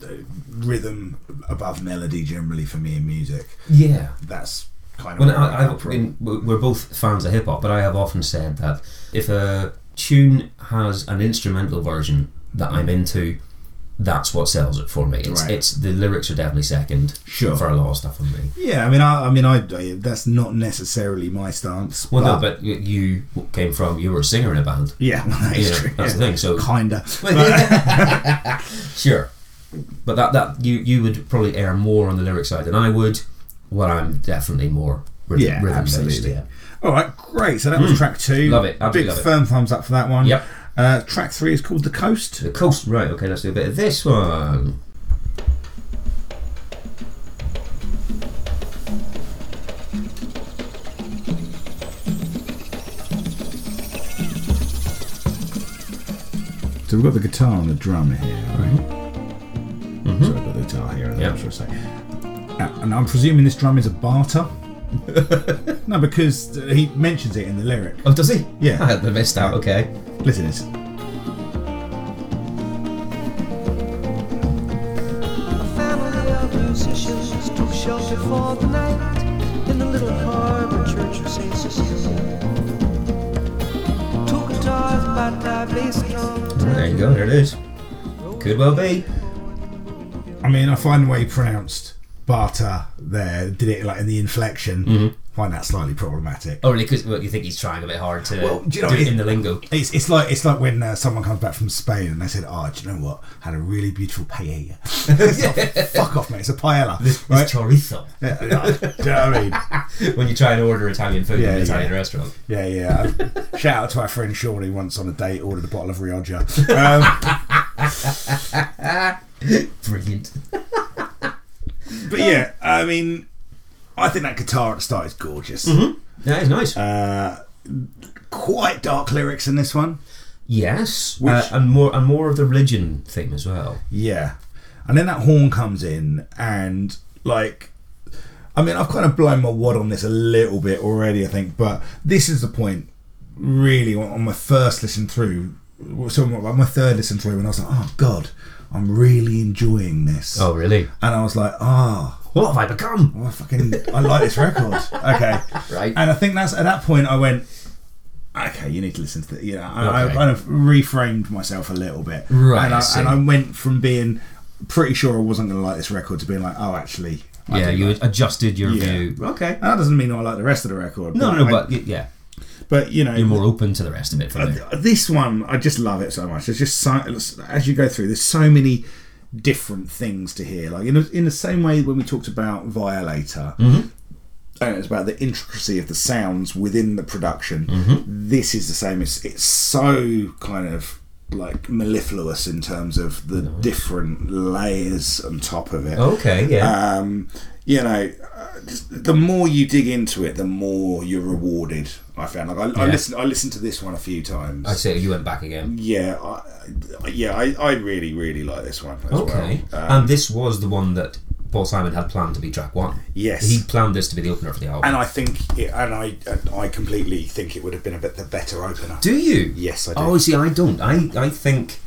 rhythm above melody generally for me in music. yeah. That's kind of Well, where I I, come I, from. in, we're both fans of hip hop, but I have often said that if a tune has an instrumental version that I'm into, that's what sells it for me. It's, Right. it's the lyrics are definitely second Sure. for a lot of stuff for me. Yeah, I mean, I, I mean, I, I- that's not necessarily my stance. Well, no, but y- you came from you were a singer in a band. yeah, well, that is Yeah, true. that's the thing, so- kinda. sure, but that that you you would probably err more on the lyric side than I would. Well, I'm definitely more rhythm, Yeah, rhythm absolutely. based. All right, great. So that was track two. Mm. Love it, absolutely Big love it. firm thumbs up for that one. Yep. Uh, track three is called "The Coast." The coast, right? Okay, let's do a bit of this one. So we've got the guitar and the drum here, right? So I've got the guitar here and the Yep. drum, should I say. Uh, And I'm presuming this drum is a barter. no, because uh, he mentions it in the lyric. Oh, does he? Yeah. I had missed out. Okay. Listen, it's A family of musicians took shelter for the night in the little harbor church of St. Cecilia. Two guitars, bata, bass, drum, There you go. There it is. Could well be. I mean, I find the way he pronounced barter there, did it like in the inflection. Find that slightly problematic. Oh, really? Because well, you think he's trying a bit hard to Well, do do, you know, it it- in the lingo. It's, it's like it's like when uh, someone comes back from Spain and they said, "Oh, do you know what? Had a really beautiful paella." It's like, Fuck off, mate! It's a paella, right? It's chorizo yeah, yeah, do you know what I mean? when you try and order Italian food Yeah, in an yeah. Italian restaurant. Yeah, yeah. Shout out to our friend Sean who once on a date ordered a bottle of Rioja. Um, Brilliant. but yeah, I mean, I think that guitar at the start is gorgeous. That is nice. Uh, quite dark lyrics in this one. yes, which- uh, and more and more of the religion theme as well. Yeah. And then that horn comes in, and like, I mean, I've kind of blown my wad on this a little bit already, I think, but this is the point, really, on on my first listen through. So, my my third listen through, when I was like, oh, God, I'm really enjoying this. Oh, really? And I was like, ah. What have I become? Oh, I fucking I like this record. Okay, Right. And I think that's at that point I went, okay, you need to listen to the, you know. And I Okay. kind of reframed myself a little bit, Right, And I I, see. and I went from being pretty sure I wasn't going to like this record to being like, oh, actually, I yeah, do you like- adjusted your Yeah. view. Okay. That doesn't mean I like the rest of the record. No, no, no, I- but y- yeah, but you know, you're more open to the rest of it from there. Uh, this one I just love it so much. There's just so, as you go through, there's so many different things to hear. Like in a, in the same way when we talked about Violator, Mm-hmm. and it's about the intricacy of the sounds within the production. Mm-hmm. This is the same. It's it's so kind of like mellifluous in terms of the different layers on top of it Okay, yeah. um, you know, uh, just, the more you dig into it, the more you're rewarded. I found like I, I Yeah. listened, I listened to this one a few times. I see. You went back again. yeah, I, I- yeah, I, I really, really like this one as Okay. well. Um, and this was the one that Paul Simon had planned to be track one. Yes. He planned this to be the opener for the album. and I think, it, and I, and I completely think it would have been a bit the better opener. do you? Yes, I do. Oh, see, I don't. I, I think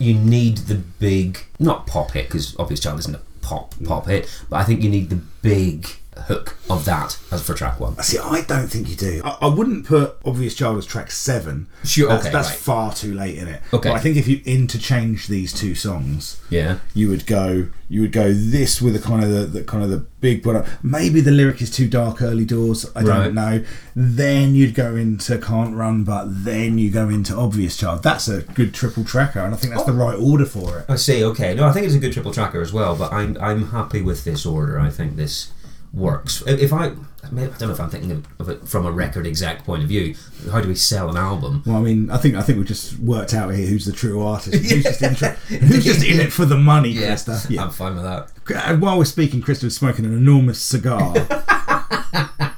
you need the big, not pop hit, because Obvious Child isn't a pop pop hit, but I think you need the big hook of that as for track one. See, I don't think you do. I, I wouldn't put Obvious Child as track seven. Sure, that's, okay, that's right. far too late in it. Okay. but I think if you interchange these two songs, Yeah. you would go you would go this with the kind of the, the kind of the big one maybe the lyric is too dark early doors i Right. don't know then you'd go into can't run but then you go into obvious child that's a good triple tracker and i think that's the right order for it I see. Okay. No, I think it's a good triple tracker as well, but I'm I'm happy with this order. I think this works. If if I, I, mean, I don't know if I'm thinking of- of it from a record exact point of view. How do we sell an album? well, I mean, I think I think we just worked out here who's the true artist, and who's just in, who's just in it for the money, Krista. I'm fine with that. And Uh, while we're speaking, Chris was smoking an enormous cigar,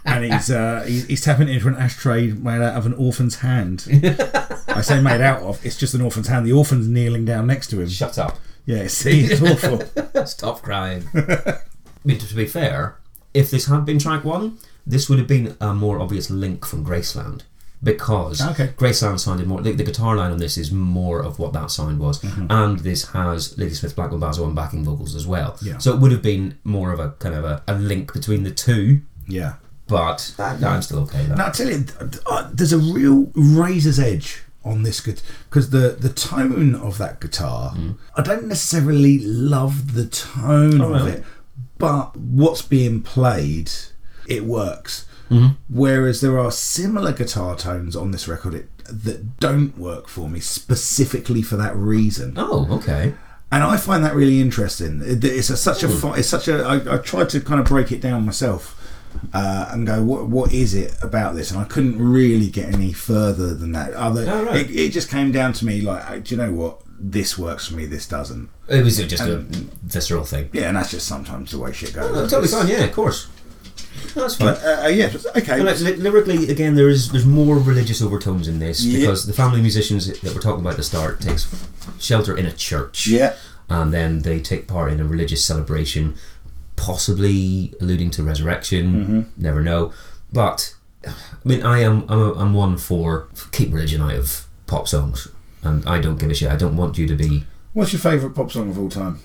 and he's, uh, he's he's tapping into an ashtray made out of an orphan's hand. I say made out of; it's just an orphan's hand. The orphan's kneeling down next to him. Shut up. Yeah, see, it's awful. Stop crying. I mean, to be fair, if this had been track one, this would have been a more obvious link from Graceland because Ah, Okay. Graceland sounded more. The, the guitar line on this is more of what that sound was, Mm-hmm. and this has Ladysmith Black Mambazo on backing vocals as well. Yeah. So it would have been more of a kind of a, a link between the two. Yeah. But Ah, no, I'm still okay. with That. Now I tell you, th- th- uh, there's a real razor's edge on this because the the tone of that guitar, I don't necessarily love the tone of really? it, but what's being played, it works. Whereas there are similar guitar tones on this record it, that don't work for me specifically for that reason Oh, okay. and I find that really interesting. It- It's a, such a Hmm. fi- it's such a. I, I tried to kind of break it down myself uh, and go, what what is it about this? And I couldn't really get any further than that. Other, Oh, right. it, it just came down to me like, uh, do you know what? This works for me. This doesn't. It was just Um, a visceral thing. Yeah, and that's just sometimes the way shit goes. No, totally fine. Yeah, of course. That's fine. Uh, uh, yeah, okay. And like, ly- lyrically, again, there is there's more religious overtones in this Yeah. because the family musicians that we're talking about at the start takes shelter in a church, yeah, and then they take part in a religious celebration, possibly alluding to resurrection. Mm-hmm. Never know, but I mean, I am I'm, a, I'm one for keep religion out of pop songs, and I don't give a shit. I don't want you to be what's your favourite pop song of all time?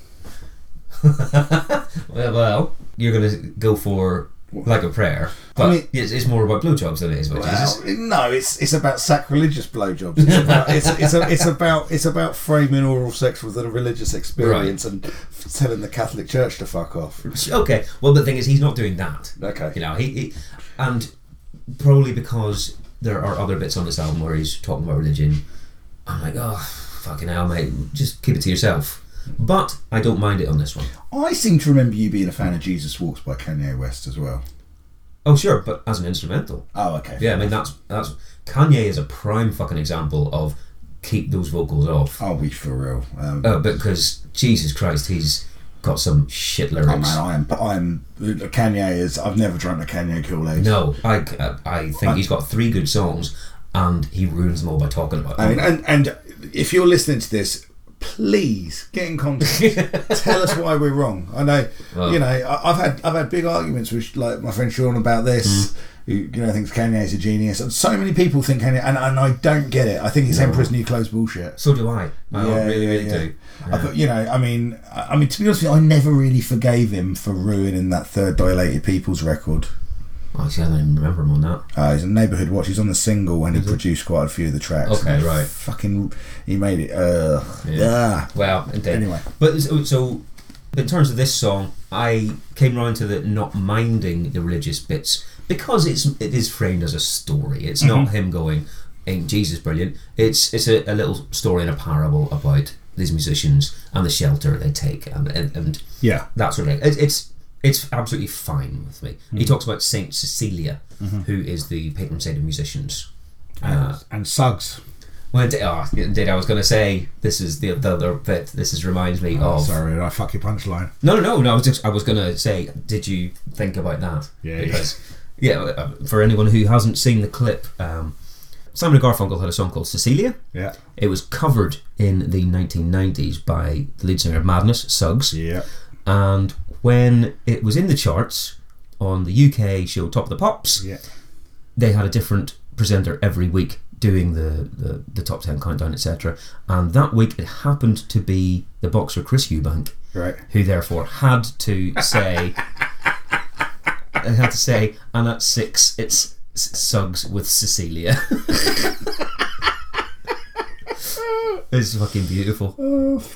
well. well you're gonna go for. Like a prayer, but mean- it's, it's more about blowjobs than it is about Jesus. Well, no, it's it's about sacrilegious blowjobs. It's about it's, it's, a, it's about it's about framing oral sex with a religious experience and f- telling the Catholic Church to fuck off. Okay. Well, the thing is, he's not doing that. Okay. You know, he, he and probably because there are other bits on this album where he's talking about religion. I'm like, oh, fucking hell, mate, just keep it to yourself. But I don't mind it on this one. I seem to remember you being a fan of Jesus Walks by Kanye West as well. Oh, sure, but as an instrumental. Oh, okay. Yeah, I mean that's that's Kanye is a prime fucking example of keep those vocals off. Are we for real? Um, Uh, because Jesus Christ, he's got some shit lyrics. oh man, I am. I am. Kanye is. I've never drunk a Kanye Kool Aid. No, I, uh, I think he's got three good songs, and he ruins them all by talking about I them. mean, and, and if you're listening to this, please get in contact. Tell us why we're wrong. I know, you know, I, I've had I've had big arguments with like my friend Sean about this. Mm. Who, you know, thinks Kanye's a genius, and so many people think Kanye, and, and I don't get it. I think it's Emperor's New Clothes bullshit. So do I. I Yeah, really, yeah, really yeah. do. I thought, you know, I mean, I I mean, to be honest with you, I never really forgave him for ruining that third Dilated Peoples record. Oh, see, I don't even remember him on that. Uh, he's a neighbourhood watch. He's on the single, and he produced quite a few of the tracks. Okay, And right. Fucking, he made it. Uh, Yeah. Well, indeed. Anyway. But so, so in terms of this song, I came round to the not minding the religious bits because it's it is framed as a story. It's not him going, "Ain't Jesus brilliant?" It's it's a, a little story and a parable about these musicians and the shelter they take and and, and Yeah. that sort of thing. It, it's it's absolutely fine with me. He talks about Saint Cecilia, who is the patron saint of musicians. Uh, And Suggs. well, indeed, oh, indeed, I was going to say this is the, the other bit. This is reminds me Oh, of. sorry, I fuck your punchline. No, no, no, no. I was just, I was going to say, did you think about that? Yeah, Because, yeah. uh, for anyone who hasn't seen the clip, um, Simon and Garfunkel had a song called Cecilia. Yeah. It was covered in the 1990s by the lead singer of Madness, Suggs. Yeah. And when it was in the charts on the UK show Top of the Pops, Yeah. they had a different presenter every week doing the, the, the top 10 countdown, etc. And that week it happened to be the boxer Chris Eubank Right. who therefore had to say they had to say and at six it's S- Suggs with Cecilia it's fucking beautiful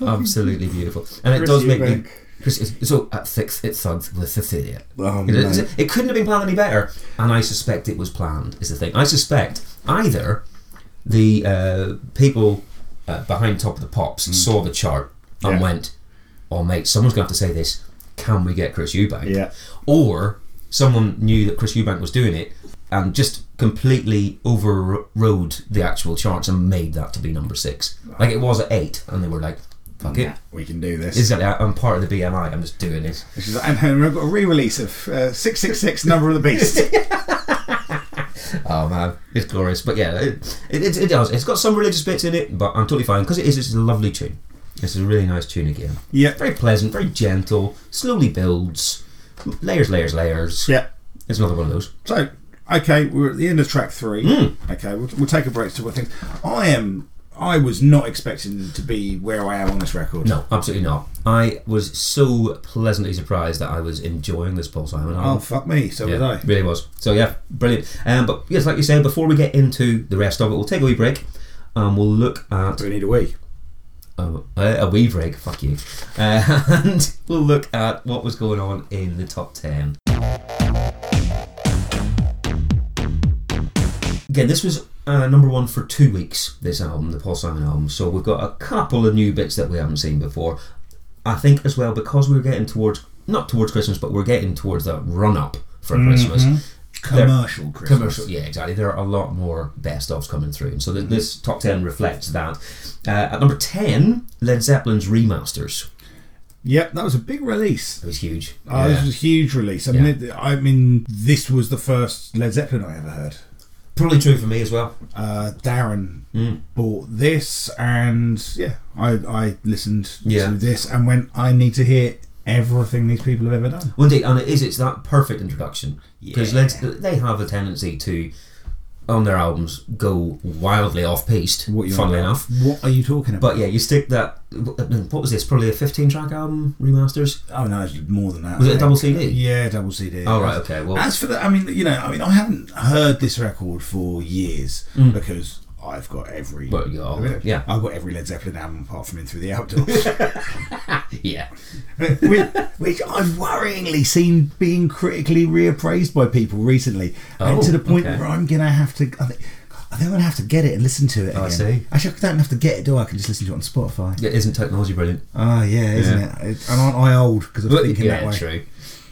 absolutely beautiful and it Chris does make Eubank. me Chris, it's- so at six it's Suggs with Cecilia Oh, it, man. it- it couldn't have been planned any better and I suspect it was planned is the thing I suspect either the uh, people uh, behind Top of the Pops saw the chart and Mm. Yeah. went oh mate, someone's going to have to say this. Can we get Chris Eubank? Yeah. Or someone knew that Chris Eubank was doing it and just completely overrode the actual charts and made that to be number six. Like it was at eight, and they were like, "Fuck it." We can do this. Exactly. I- I'm part of the BMI. I'm just doing it. She's like, and, and we've got a re-release of uh, 666 Number of the Beast. Oh man, it's glorious. But yeah, it, it, it, it does. It's got some religious bits in it, but I'm totally fine because it is. It's a lovely tune. It's a really nice tune again. yeah. Very pleasant, very gentle. Slowly builds, layers, layers, layers. Yeah. It's another one of those. So, okay, we're at the end of track three. Hmm. Okay, we'll, we'll take a break to what things. I am. I was not expecting to be where I am on this record. No, absolutely not. I was so pleasantly surprised that I was enjoying this Paul Simon Oh album. fuck me! So yeah, did I. really was. So yeah, brilliant. Um, but yes, like you said, before we get into the rest of it, we'll take a wee break. Um, we'll look at Do we need a wee? a, a wee break. Fuck you. Uh, and we'll look at what was going on in the top ten. Again, this was uh, number one for two weeks. This album, the Paul Simon album. So we've got a couple of new bits that we haven't seen before. I think as well because we're getting towards not towards Christmas, but we're getting towards that run up for Christmas. There- Commercial Mm-hmm. Christmas. Commercial, yeah, exactly. There are a lot more best ofs coming through, and so th- this top ten reflects that. Uh, at number ten, Led Zeppelin's remasters. Yep, that was a big release. It was huge. Oh, this was a huge release. I mean, it, I mean, this was the first Led Zeppelin I ever heard. Probably true for me as well. Uh, Darren Hmm. bought this, and yeah, I, I listened Yeah. to this and went, I need to hear everything these people have ever done. One day, and it is. It's that perfect introduction because Yeah. Led they have a tendency to, on their albums, go wildly off piste. What you Funnily on about? enough. What are you talking about? But yeah, you stick that. What was this? Probably a fifteen-track album remasters. Oh no, it's more than that. Was it a I double think. CD? Yeah, double CD. Oh right, okay. Well, As for the, I mean, you know, I mean, I haven't heard this record for years Hmm. because I've got every. Well, you got- I mean, yeah. I've got every Led Zeppelin album apart from In Through the Outdoors, yeah. which, which I've worryingly seen being critically reappraised by people recently, and Oh, to the point okay. where I'm gonna have to. I think, I think I'm gonna have to get it and listen to it Oh, I again. see. Actually, I don't have to get it, do I? I can just listen to it on Spotify. Yeah, Isn't technology brilliant? Oh, yeah, isn't Yeah. it? it? And aren't I old because I was Well, thinking yeah, that way? true.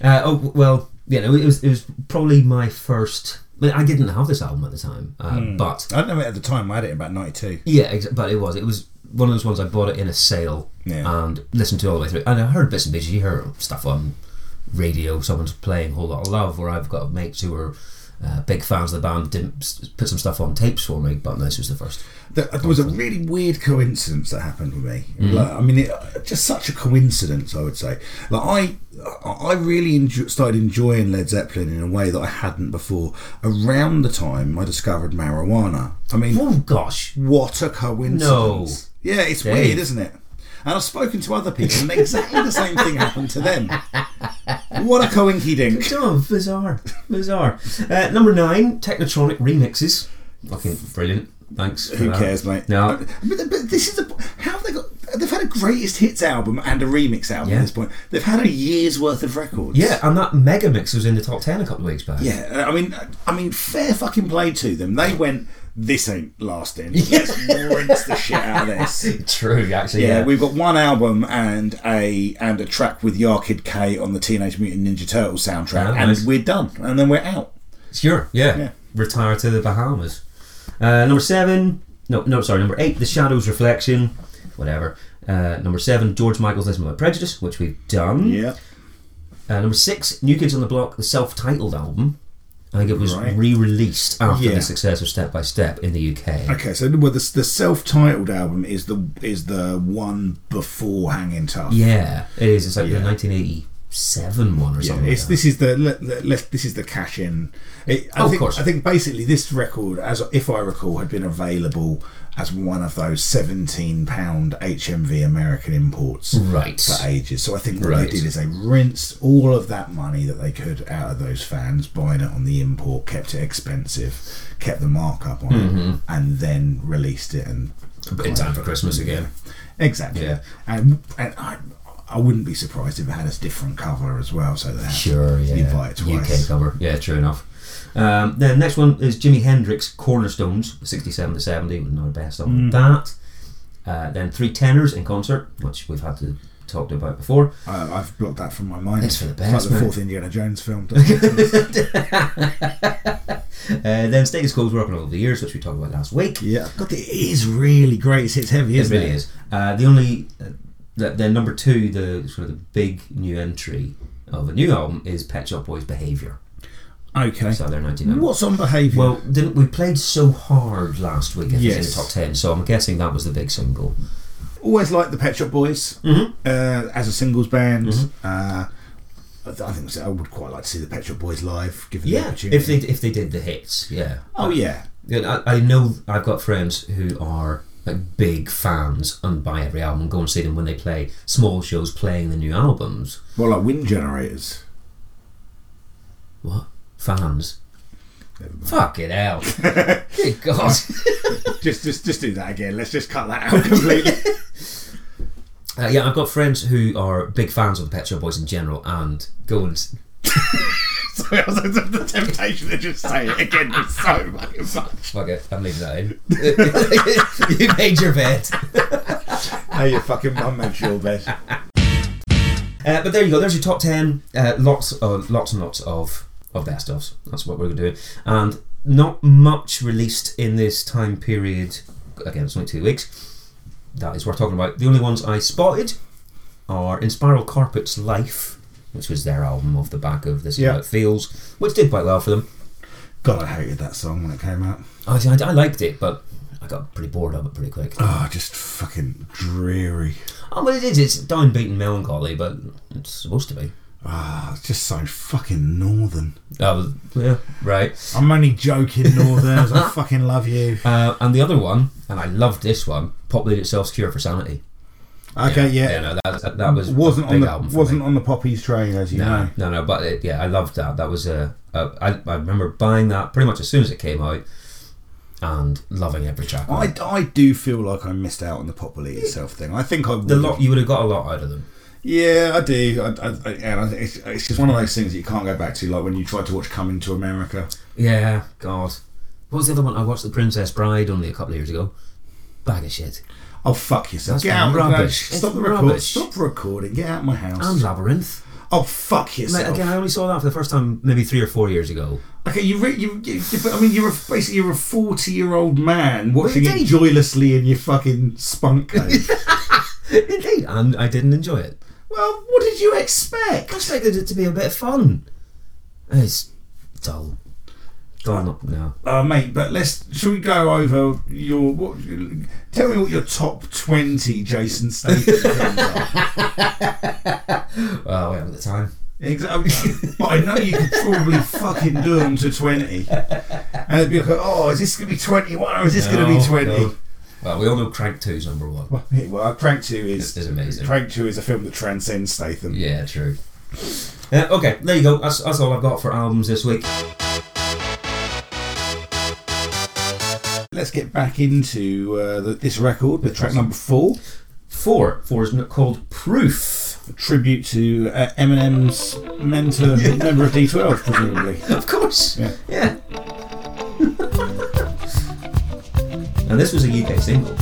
Uh, oh w- well, yeah. No, it was it was probably my first. I, mean, I didn't have this album at the time, uh, but I don't know it at the time. I had it in about '92. yeah, ex- but it was it was one of those ones I bought it in a sale Yeah. and listened to all the way through. And I heard bits and pieces. You hear stuff on radio. Someone's playing "Whole Lot of Love," or I've got mates who are. Uh, big fans of the band didn't s- put some stuff on tapes for me, but no, this was the first. There, there was a really weird coincidence that happened with me. Like, I mean, it, just such a coincidence, I would say. Like I, I really enjo- started enjoying Led Zeppelin in a way that I hadn't before. Around the time I discovered marijuana. I mean, Oh gosh, what a coincidence! Yeah, it's Dave. weird, isn't it? And I've spoken to other people, and exactly the same thing happened to them. What a coinky dink! oh, bizarre, bizarre. Uh, number nine, Technotronic remixes. Fucking brilliant. Thanks. for Who that. cares, mate? No, But, but this is the. How have they got. they've had a greatest hits album and a remix album Yeah. at this point. They've had a year's worth of records. Yeah, and that Mega Mix was in the top ten a couple of weeks back. Yeah, I mean, I mean, fair fucking play to them. They went, this ain't lasting. Let's rinse the shit out of this. True, actually. Yeah, Yeah, we've got one album and a and a track with Yar Kid K on the Teenage Mutant Ninja Turtles soundtrack, Ah, and nice. we're done. And then we're out. sure. Yeah. Yeah. retire to the Bahamas. Uh, number seven. No, no, sorry. Number eight. The Shadows Reflection. Whatever. Uh, number seven. George Michael's Listen Without Prejudice, which we've done. Uh, number six, New Kids on the Block, the self-titled album. I think it was Right. re-released after Yeah. the success of Step by Step in the UK. Okay, so well, the, the self-titled album is the is the one before Hanging Tough. Yeah, it is. It's like Yeah. the 1987 one or Yeah, something. it's, like that. this is the le, le, le- this is the cash in. It, I Of think, course. I think basically this record, as if I recall, had been available as one of those seventeen pound HMV American imports right. for ages. So I think what Hmm. Right. they did is they rinsed all of that money that they could out of those fans buying it on the import, kept it expensive, kept the markup on Mm-hmm. it, and then released it and In time for Christmas again. Exactly. Yeah. And, and I, I wouldn't be surprised if it had a different cover as well, so that Sure, yeah. you buy it twice. UK cover. Yeah, true enough. Um, then next one is Jimi Hendrix Cornerstones, 67 to 70, with another best Mm. on that. Uh, then Three Tenors in Concert, which we've had to talked about before. I, I've blocked that from my mind. It's for the It's like best, the mate. fourth Indiana Jones film. doesn't it? Uh, then Status Quo's Working All the Years, which we talked about last week. yeah. God, it is really great. It's heavy, It isn't it? really is. Uh, the only uh, the, the number two, the sort of the big new entry of a new album is Pet Shop Boys Behavior. Okay. Mm-hmm. So they're 99. What's on behaviour? Well, didn't we played so hard last week? I think Yes. in the top ten. So I'm guessing that was the big single. always liked the Pet Shop Boys Mhm. uh, as a singles band. Uh, I th- I think I would quite like to see the Pet Shop Boys live, given the opportunity. if they if they did the hits, yeah. oh yeah, Yeah, I, I know I've got friends who are like big fans and buy every album and go and see them when they play small shows playing the new albums. more like wind generators. What fans? Never mind. Fuck it out! Good God. just, just, just do that again. Let's just cut that out completely. Uh, yeah, I've got friends who are big fans of the Pet Shop Boys in general and go and. s- Sorry, I was under the temptation to just say it again was so fucking much. Fuck it, I'm leaving that in. you made your bed. Now your fucking mum makes your bed. Uh, but there you go, there's your top 10. Uh, lots, of, lots and lots of, of best ofs. That's what we're doing. And not much released in this time period. Again, it's only two weeks. That is worth talking about. The only ones I spotted are In Spiral Carpets Life, which was their album off the back of This Is Yeah. How It Feels, which did quite well for them. God, I hated that song when it came out. I, I, I liked it, but I got pretty bored of it pretty quick. Oh, just fucking dreary. Oh, well, it is. It's downbeat and melancholy, but it's supposed to be. Ah, it's just so fucking northern. Oh, yeah, right. I'm only joking, northerners. I fucking love you. Uh, and the other one, and I loved this one, Populated Itself's Cure for Sanity. Okay, yeah. Yeah, no, that, that, that was wasn't a big on the album for wasn't me. on the poppies train as you No, know. no, no, but it, yeah, I loved that. That was a, a I, I remember buying that pretty much as soon as it came out, and loving every track. on I, it. I do feel like I missed out on the populi itself thing. I think I would. the lot you would have got a lot out of them. Yeah, I do. I, I, I, and I, it's, it's just one of those things that you can't go back to, like when you tried to watch Coming to America. Yeah, God, what was the other one? I watched The Princess Bride only a couple of years ago. Bag of shit. Oh fuck yourself! That's get out! rubbish. Stop It's the record! rubbish. Stop recording! Get out of my house! And Labyrinth. oh fuck Like, yourself! again, I only saw that for the first time maybe three or four years ago. Okay, you, re- you, you, but I mean, you're a, basically you're a forty-year-old man watching it Well, indeed. joylessly in your fucking spunk cave. Indeed, and I didn't enjoy it. well, what did you I expect? expected it to be a bit of fun. It's dull. Dull, not no. Uh, mate, but let's. Should we go over your? What, tell me what your top twenty Jason Statham films are. Well, we haven't the time. Exactly. but I know you could probably fucking do them to twenty, and it'd be like, oh, is this gonna be twenty-one or is this gonna be Oh, twenty? Well, we all know Crank 2's number one. Well, yeah, well, Crank Two is It is amazing. Crank Two is a film that transcends Statham. Yeah, true. Uh, okay, there you go. That's, that's all I've got for albums this week. Let's get back into uh, the, this record with track number four. Four. Four is n- called Proof. A tribute to uh, Eminem's mentor, member of D12, presumably. Of course. Yeah. Yeah. and this was a UK single.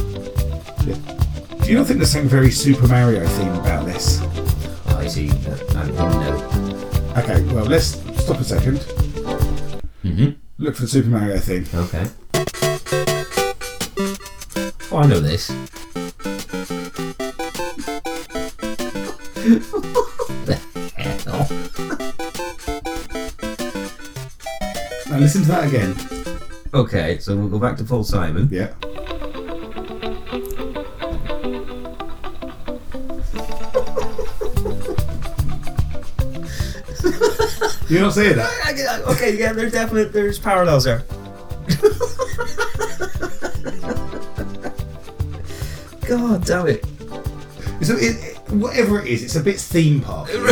Do you not think there's something very Super Mario theme about this? Oh, I see. Uh, I don't know. Okay, well, let's stop a 2nd Mm-hmm. Look for the Super Mario theme. Okay. Oh, I know this. the hell? Now listen to that again. Okay, so we'll go back to Paul Simon. Yeah. You're not saying that? I- I- okay, yeah, there's definite there's parallels there. God damn it! So it, it- whatever it is, it's a bit theme park. Oh,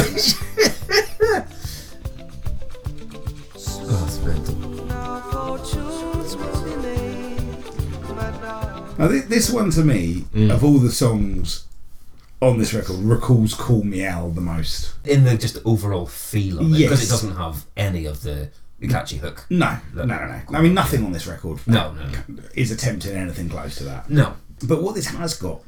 it's mental. Now fortunes will be made. But now Now, this, this one to me, of all the songs on this record, recalls "Call Me Al" the most. In the just overall feel of it, because Yes. it doesn't have any of the, the catchy hook. No, no, no, no. I mean, nothing on this record No, no, no. is attempting anything close to that. no. But what this has got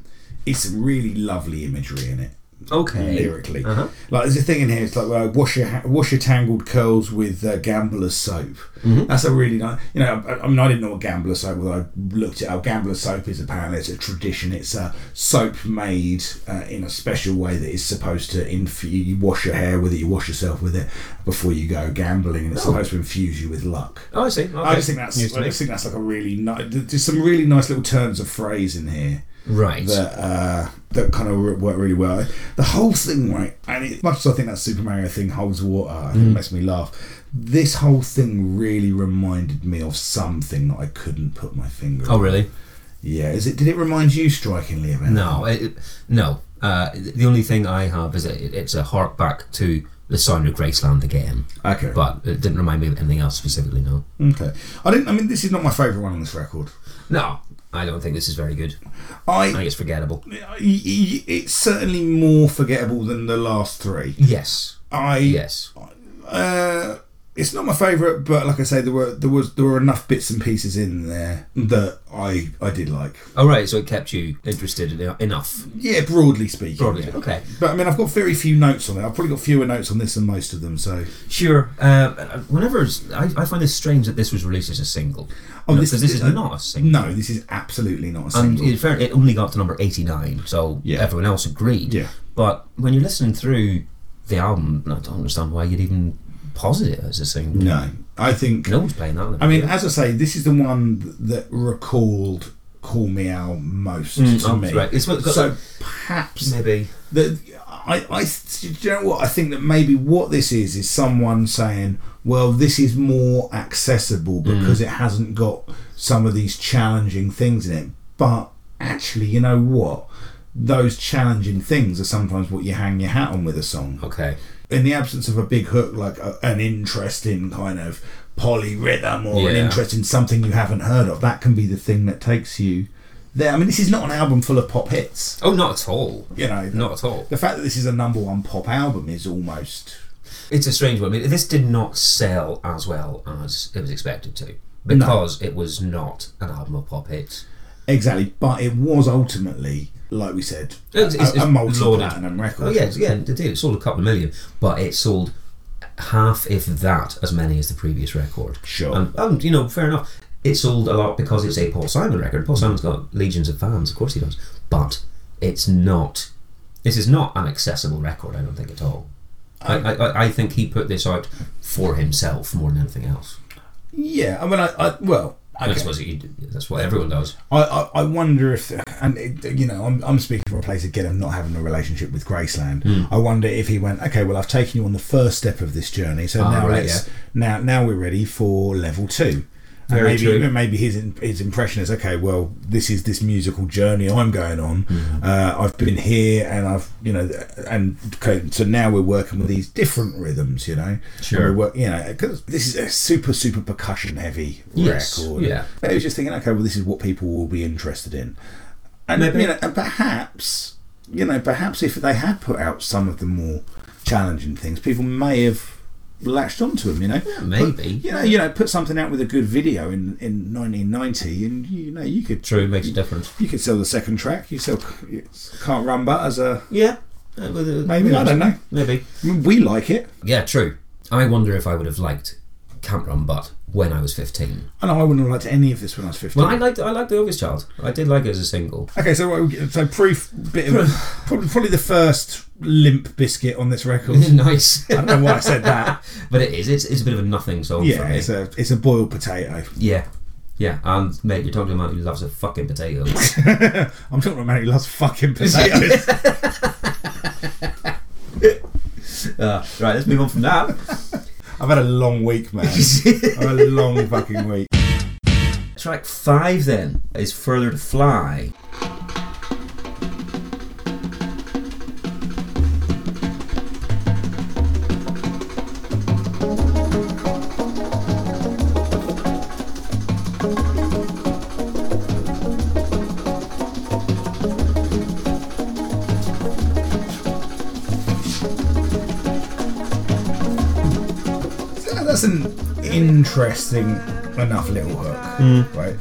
is some really lovely imagery in it. Okay. Lyrically, Uh-huh. like there's a thing in here. It's like well, wash your ha- wash your tangled curls with uh, gambler's soap. Mm-hmm. That's a really nice. You know, I, I mean, I didn't know what gambler's soap was. I looked it up. Gambler's soap is apparently it's a tradition. It's a soap made uh, in a special way that is supposed to infuse. You wash your hair with it. You wash yourself with it before you go gambling, and it's supposed to infuse you with luck. Oh, I see. Oh. Okay. I just think that's News to I me. just think that's like a really nice. There's some really nice little turns of phrase in here right. that uh, that kind of re- work really well. The whole thing, right? And it, much as I think that Super Mario thing holds water, I Mm. think it makes me laugh. This whole thing really reminded me of something that I couldn't put my finger. Oh, on. really? Yeah. Is it? Did it remind you strikingly of anything? No, it, it- no. Uh, the only thing I have is it, it's a hark back to the sound of Graceland again, Okay. but it didn't remind me of anything else specifically. No, okay. I didn't. I mean, this is not my favourite one on this record. no, I don't think this is very good. I think it's forgettable. I y- y- it's certainly more forgettable than the last three. Yes, I yes. Uh, it's not my favourite, but like I say, there were there was there were enough bits and pieces in there that I I did like. All right, so it kept you interested en- enough. Yeah, broadly speaking. Broadly, yeah. okay. But I mean, I've got very few notes on it. I've probably got fewer notes on this than most of them. So Sure. Uh, whenever it's, I, I find it strange that this was released as a single. Oh, You know, this 'cause is- this is not a single. no, this is absolutely not a And single. in fair, it only got to number 89, so Yeah. everyone else agreed. Yeah. But when you're listening through the album, I don't understand why you'd even posit it as a single. no, I think. No one's playing that. on the I mean, radio. as I say, this is the one that recalled "Call Me Out" most to oh, me. right. It's what- so perhaps maybe. The, I, I, do you know what? I think that maybe what this is is someone saying, well, this is more accessible Mm. because it hasn't got some of these challenging things in it. But actually, you know what? Those challenging things are sometimes what you hang your hat on with a song Okay. in the absence of a big hook, like a, an interesting kind of polyrhythm or an Yeah. interest in something you haven't heard of, that can be the thing that takes you there. I mean, this is not an album full of pop hits, Oh, not at all. you know. Not at all. The fact that this is a number one pop album is almost It's a strange one. I mean, this did not sell as well as it was expected to because it was not an album of pop hits. exactly, but it was ultimately, like we said, It's- it's- a, a it's multi-platinum record. Oh yeah, it's- yeah, it did. It sold a couple of million, but it sold half, if that, as many as the previous record. Sure. And, and you know, fair enough. It sold a lot because it's a Paul Simon record. Paul Simon's got legions of fans, of course he does. But it's not. This is not an accessible record. I don't think at all. I, I, I- I think he put this out for himself more than anything else. yeah. I mean, I, I well, And I suppose he, that's what everyone does. I, I, I wonder if, and it, you know, I'm, I'm speaking from a place again of not having a relationship with Graceland. Hmm. I wonder if he went, okay, well, I've taken you on the first step of this journey, so Ah, now right, let's now now we're ready for level two. And Very maybe true. maybe his in- his impression is okay. Well, this is this musical journey I'm going on. Hmm. Uh, I've been here, and I've you know, and okay, so now we're working with these different rhythms. You know, Sure. we work, you know, 'cause this is a super super percussion heavy Yes, record. yeah. They was just thinking, okay, well, this is what people will be interested in, and Maybe. you know, and perhaps you know, perhaps if they had put out some of the more challenging things, people may have latched onto them. You know, maybe. Put, you know, you know, put something out with a good video in in 1990, and you know, you could True, makes a difference. you could sell the second track. You sell can't run but as a Yeah. Uh, maybe I don't know. Maybe. I mean, we like it, Yeah, true. I wonder if I would have liked Camp Run Butt when I was 15. and I wouldn't have liked any of this when I was 15. Well, I liked I liked The Obvious Child. I did like it as a single. Okay, so right, so proof bit of probably, probably the first limp biscuit on this record. nice. I don't know why I said that. but it is. It's, it's a bit of a nothing song for Yeah, me. it's a it's a boiled potato. Yeah. Yeah, and mate, you're talking about who loves a fucking potato. I'm talking about a man who loves fucking potatoes. uh, right, let's move on from that. I've had a long week, man. I've had a long fucking week. Track five then is Further to Fly. So That's an interesting enough little hook, right?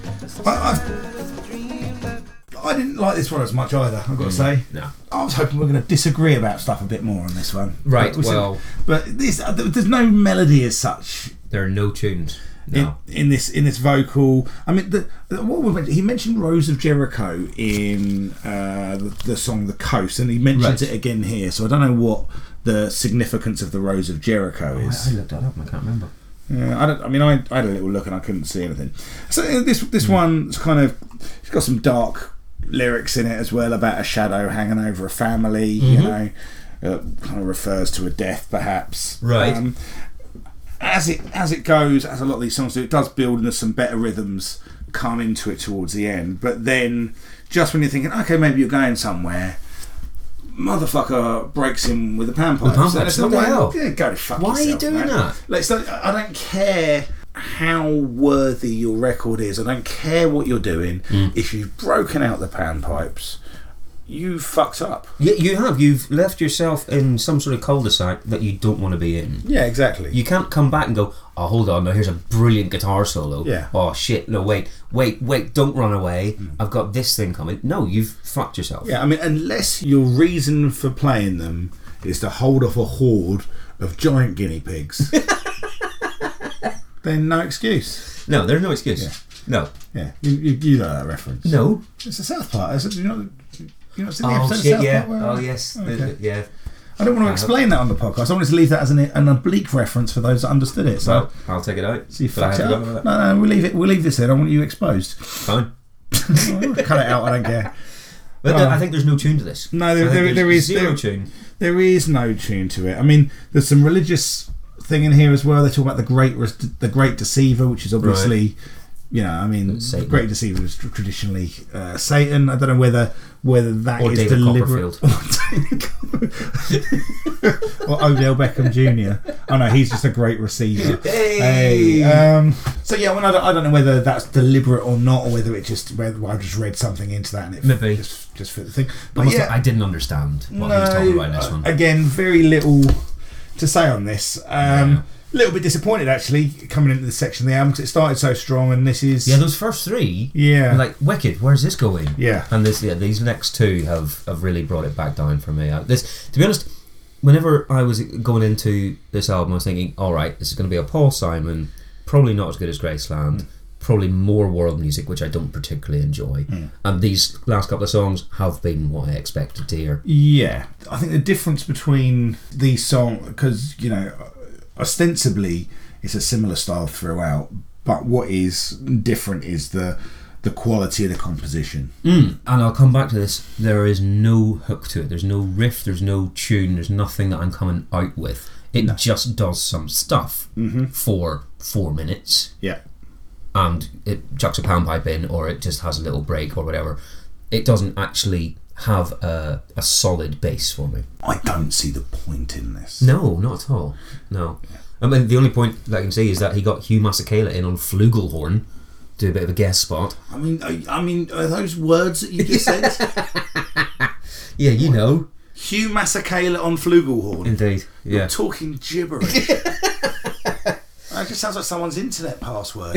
I, I, I didn't like this one as much either. I've got to say. No. I was hoping we are going to disagree about stuff a bit more on this one. Right, But we said- well- but this uh, there- there's no melody as such There are no tunes. in, No. in this in this vocal. I mean, the, the- what we mentioned, he mentioned Rose of Jericho in uh, the, the song "The Coast," and he mentions Right. it again here. So I don't know what the significance of the Rose of Jericho I is. looked that up and I can't remember. Yeah, I don't. I mean, I, I had a little look and I couldn't see anything. So uh, this this Hmm. one's kind of it's got some dark lyrics in it as well about a shadow hanging over a family. You know, uh, kind of refers to a death, perhaps. Mm-hmm. Um, Right. as it as it goes, as a lot of these songs do, it does build and there's some better rhythms come into it towards the end. But then, just when you're thinking, okay, maybe you're going somewhere. Motherfucker breaks him with a pan pipe. pan So pipe, it's what the like, hell? Yeah, go to fuck Why are you yourself, doing man. that? Like, so I don't care how worthy your record is. I don't care what you're doing. If you've broken out the pan pipes, you fucked up. Yeah, you have. You've left yourself in some sort of cul-de-sac that you don't want to be in. Yeah, exactly. You can't come back and go, oh, hold on, now here's a brilliant guitar solo. Yeah. Hmm. Oh, shit, no, wait, wait, wait, don't run away. I've got this thing coming. No, you've fucked yourself. yeah, I mean, unless your reason for playing them is to hold off a horde of giant guinea pigs, then no excuse. No, there's no excuse. Yeah. No. Yeah, you, you, you know that reference. No. It's the South Park. Is it, you know, you know, it's in the Oh, episode of shit, South yeah. Park where- Oh, yes. Okay. Uh, Yeah. I don't want to explain that on the podcast. I wanted to leave that as an, an oblique reference for those that understood it. So, Well, I'll take it out. so you But I fucked it haven't up. got No, that. no, we'll leave it. We'll leave this in. I want you exposed. Fine. Cut it out. I don't care. Oh. But Well- um, I think there's no tune to this. No, there- I think there- there's there is- zero there- tune. There is no tune to it. I mean, there's some religious thing in here as well. They talk about the great, res- the great deceiver, which is obviously, you know, I mean, It's Satan. the great deceiver is tr- traditionally uh, Satan. I don't know whether whether that is Or David deliberate. or Odell Beckham Jr. Oh no, he's just a great receiver. Hey! um, so yeah, well, I, don't, I don't know whether that's deliberate or not, or whether it just whether I just read something into that and it Maybe. just just fit the thing. I But must- yeah, I didn't understand what he was talking about in this uh, one. Again, very little to say on this. Um, Little bit disappointed actually coming into this section of the album because it started so strong and this is yeah, those first three. Yeah. Like, wicked, where's this going? Yeah. And this, yeah, these next two have, have really brought it back down for me. I, this, to be honest, whenever I was going into this album, I was thinking, all right, this is going to be a Paul Simon, probably not as good as Graceland, Mm. probably more world music, which I don't particularly enjoy. Mm. And these last couple of songs have been what I expected to hear. Yeah, I think the difference between these songs, because you know, ostensibly it's a similar style throughout, but what is different is the the quality of the composition. Mm. And I'll come back to this. There is no hook to it. There's no riff. There's no tune. There's nothing that I'm coming out with. It just does some stuff Mm-hmm. for four minutes, Yeah, and it chucks a pound pipe in, or it just has a little break, or whatever. It doesn't actually have a, a solid base for me. I don't see the point in this. No, not at all. No. I mean, the only point that I can see is that he got Hugh Masekela in on flugelhorn, do a bit of a guest spot. I mean, I, I mean, are those words that you just said? Yeah, you know. Hugh Masekela on flugelhorn. Indeed. You're Yeah. talking gibberish. that just sounds like someone's internet password.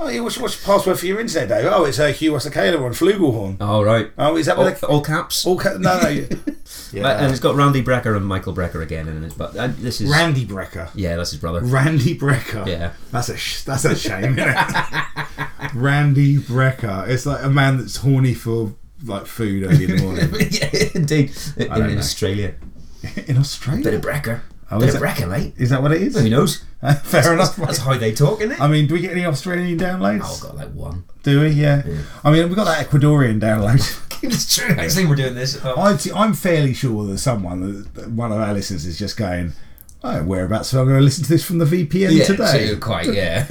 oh, you what's, what's your password for your internet, Dave? Oh, it's uh, Hugh Masekela on flugelhorn. All right. Oh, is that All, what they... all caps. All ca- no, no. you- oh, Uh, Yeah. and it's got Randy Brecker and Michael Brecker again in it. But uh, this is Randy Brecker. yeah, that's his brother. Randy Brecker. Yeah. That's a sh- that's a shame. Isn't it? Randy Brecker. It's like a man that's horny for like food early in the morning yeah, indeed. In, don't in know. Australia, in bit Australia. of Brecker, Oh, bit is of it? Brecker, mate. Is that what it is? Who knows? Fair enough. That's how they talk, isn't it? I mean, do we get any Australian downloads? oh, got like one. Do we? Yeah. I mean, we got that Ecuadorian download. it's true. Actually, we're doing this. Oh, I'd, I'm fairly sure that someone, that one of our listeners, is just going, "Oh, whereabouts am I going to listen to this from the VPN yeah, today?" too, quite. Yeah.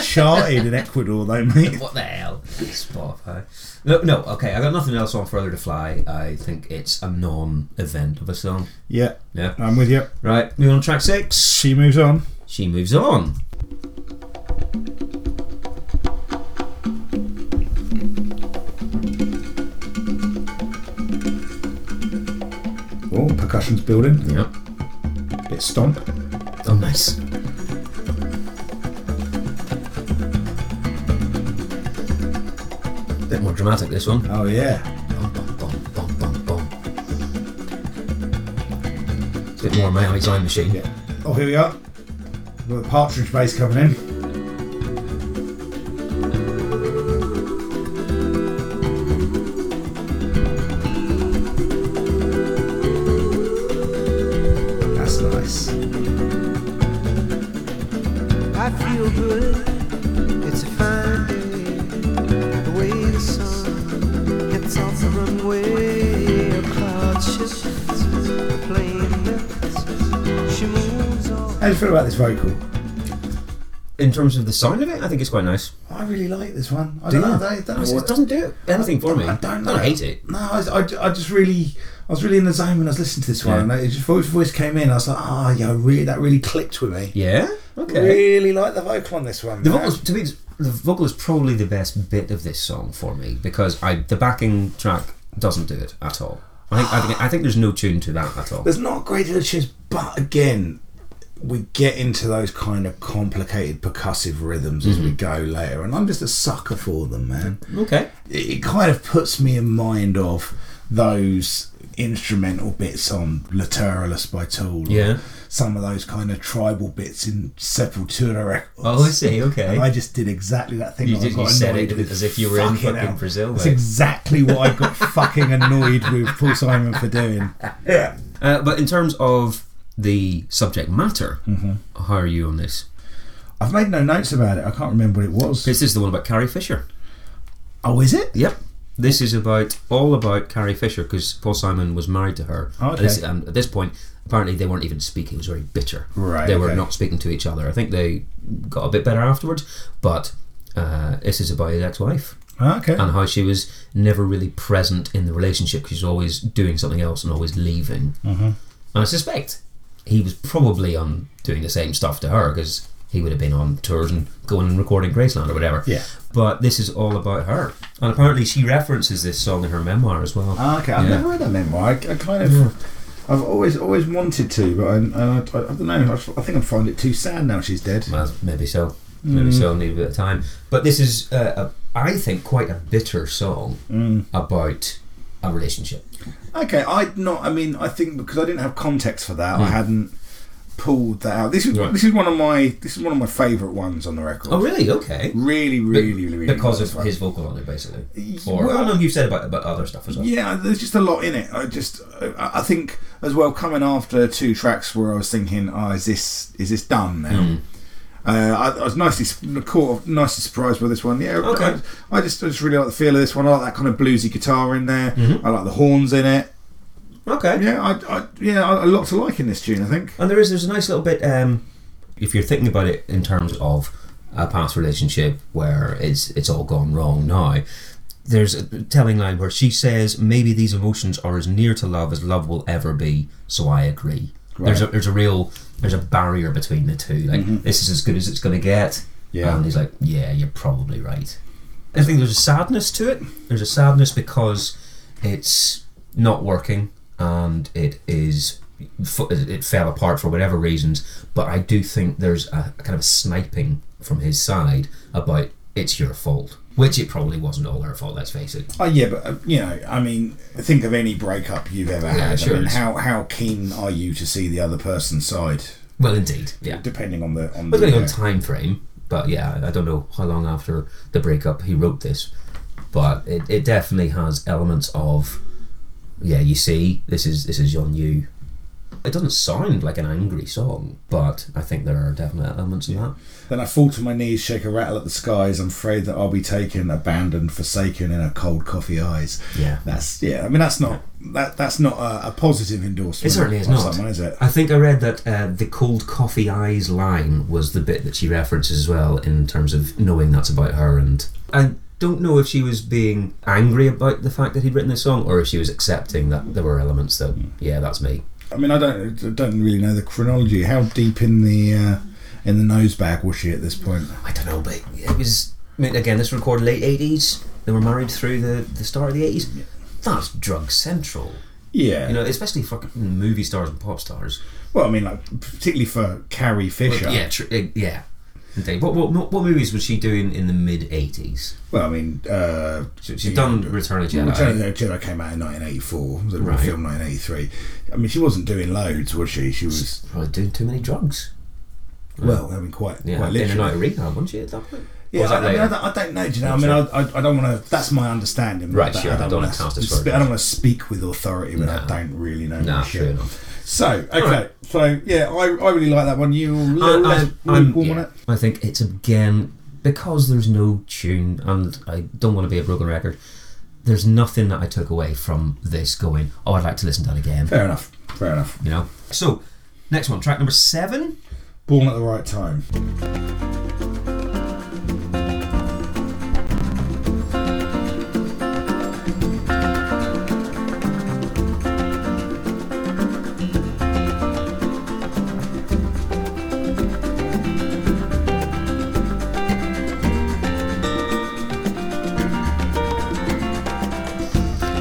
Charted in Ecuador, though, mate. what the hell? Spotify. No, no, okay, I got nothing else on Further to Fly. I think it's a non event of a song. Yeah, Yeah. I'm with you. Right, moving on to track six. She moves on. She moves on. Oh, percussion's building. Yeah. Bit stomp. Oh, nice. Bit more dramatic, this one. Oh yeah. Bum, bum, bum, bum, bum, bum. It's a bit more Miami Time Machine. Yeah. Oh, here we are. Got the partridge bass coming in. That's nice. I feel good. It's a fine day. The way the sun hits off the runway, a cloud shifts, a plane lifts. She moves on. How do you feel about this vocal? In terms of the sound of it, I think it's quite nice. I really like this one. I Do don't know. you? Oh, I don't, don't I know was- what, it doesn't do anything for me. I don't know. I hate it. No, I, was- I, I just really, I was really in the zone when I was listening to this one. Yeah. And it just, voice, voice came in. I was like, ah, yeah, really, that really clicked with me. Yeah. Okay. Really like the vocal on this one. The man. vocals, to me, the vocal is probably the best bit of this song for me because I the backing track doesn't do it at all. I think I think, I think there's no tune to that at all. There's not great deal of tunes, but again, we get into those kind of complicated percussive rhythms as Mm-hmm. we go later, and I'm just a sucker for them, man. Okay. It, it kind of puts me in mind of those instrumental bits on Lateralis by Tool, or Yeah. some of those kind of tribal bits in Sepultura records. Oh, I see. Okay. And I just did exactly that thing. You that I did- got you said annoyed it with. as if you were in fucking hell. Brazil, That's mate. exactly what I got fucking annoyed with Paul Simon for doing. Yeah. Uh, but in terms of the subject matter, how are you on this? I've made no notes about it. I can't remember what it was. This is the one about Carrie Fisher. Oh, is it? Yep. This is about all about Carrie Fisher because Paul Simon was married to her. Okay. And this- and at this point, apparently they weren't even speaking. It was very bitter. Right, They were okay. not speaking to each other. I think they got a bit better afterwards, but uh, this is about his ex-wife Okay. and how she was never really present in the relationship. She was always doing something else and always leaving. Mm-hmm. And I suspect he was probably on doing the same stuff to her because he would have been on tours and going and recording Graceland or whatever. Yeah. But this is all about her, and apparently she references this song in her memoir as well. Ah, Okay. I've Yeah. never read a memoir. I, I kind of. I've always always wanted to, but I, I, I, don't know. I, f- I think I find it too sad now she's dead. Well, maybe so. Maybe so. Need a bit of time. But this is, uh, a, I think, quite a bitter song about a relationship. Okay, I not. I mean, I think because I didn't have context for that, I hadn't pulled that out. This is Hmm. Right. this is one of my this is one of my favourite ones on the record. Oh, really? Okay. Really, really, really, really. because like of this one. his vocal on it, basically. Or well- well, no, you've said about about other stuff as well. Yeah, there's just a lot in it. I just, I I think as well, coming after two tracks where I was thinking, oh, is this is this done now? Uh, I, I was nicely su- caught, nicely surprised by this one. Yeah, Okay. I, I just, I just really like the feel of this one. I like that kind of bluesy guitar in there. I like the horns in it. Okay. Yeah, I, I yeah, I, a lot to like in this tune. I think. And there is there's a nice little bit. Um, if you're thinking about it in terms of a past relationship where it's it's all gone wrong now, there's a telling line where she says maybe these emotions are as near to love as love will ever be. So I agree. There's a there's a real there's a barrier Mm-hmm. between the two. Like this is as good as it's gonna get. Yeah. And he's like, yeah, you're probably right. I think there's a sadness to it. There's a sadness because it's not working and it is f- it fell apart for whatever reasons. But I do think there's a, a kind of a sniping from his side about it's your fault, which it probably wasn't all her fault. Let's face it. Oh yeah, but uh, you know, I mean, think of any breakup you've ever had. sure, I mean, it's- how how keen are you to see the other person's side? Well, indeed, yeah. Depending on the on But the depending uh, on time frame, but yeah, I don't know how long after the breakup he wrote this, but it, it definitely has elements of, yeah, you see, this is this is on you. It doesn't sound like an angry song, but I think there are definite elements in that. Then I fall to my knees, shake a rattle at the skies. I'm afraid that I'll be taken, abandoned, forsaken in a cold coffee eyes. Yeah. That's yeah. I mean, that's not that that's not a, a positive endorsement. It certainly is of not. Someone is it? I think I read that uh, the cold coffee eyes line was the bit that she references as well in terms of knowing that's about her. And I don't know if she was being angry about the fact that he'd written this song or if she was accepting that there were elements that, yeah, that's me. I mean, I don't I don't really know the chronology. How deep in the uh, in the nose bag was she at this point? I don't know, but it was. I mean, again, this was recorded late 80s. They were married through the, the start of the 80s. That's drug central. Yeah. You know, especially fucking movie stars and pop stars. well, I mean, like particularly for Carrie Fisher. Well, yeah, tr- uh, yeah. Indeed. What, what, what movies was she doing in the mid 80s? Well, I mean, uh, she's She'd done Return of the Jedi. Return of the Jedi came out in 1984. The Right. film 1983. I mean, she wasn't doing loads, was she? She was Probably doing too many drugs. well, I mean, quite Yeah, quite in and out literally. of rehab, wasn't she at that point? Or Yeah, was that I, I, mean, later? I, don't, I don't know. Do you know? I mean, I, I, I don't want to. That's my understanding. Right, but sure, I don't wanna wanna cast s- aspersions. spe- I don't want to speak with authority when I No. don't really know. Nah, my fair shit. enough. So okay, Alright. so yeah, I, I really like that one. You were a little I, less I, I'm- lukewarm on yeah. it. I think it's again because there's no tune, and I don't want to be a broken record. There's nothing that I took away from this going. Oh, I'd like to listen to that again. Fair enough. Fair enough. You know. So, next one, track number seven. Born at the right time.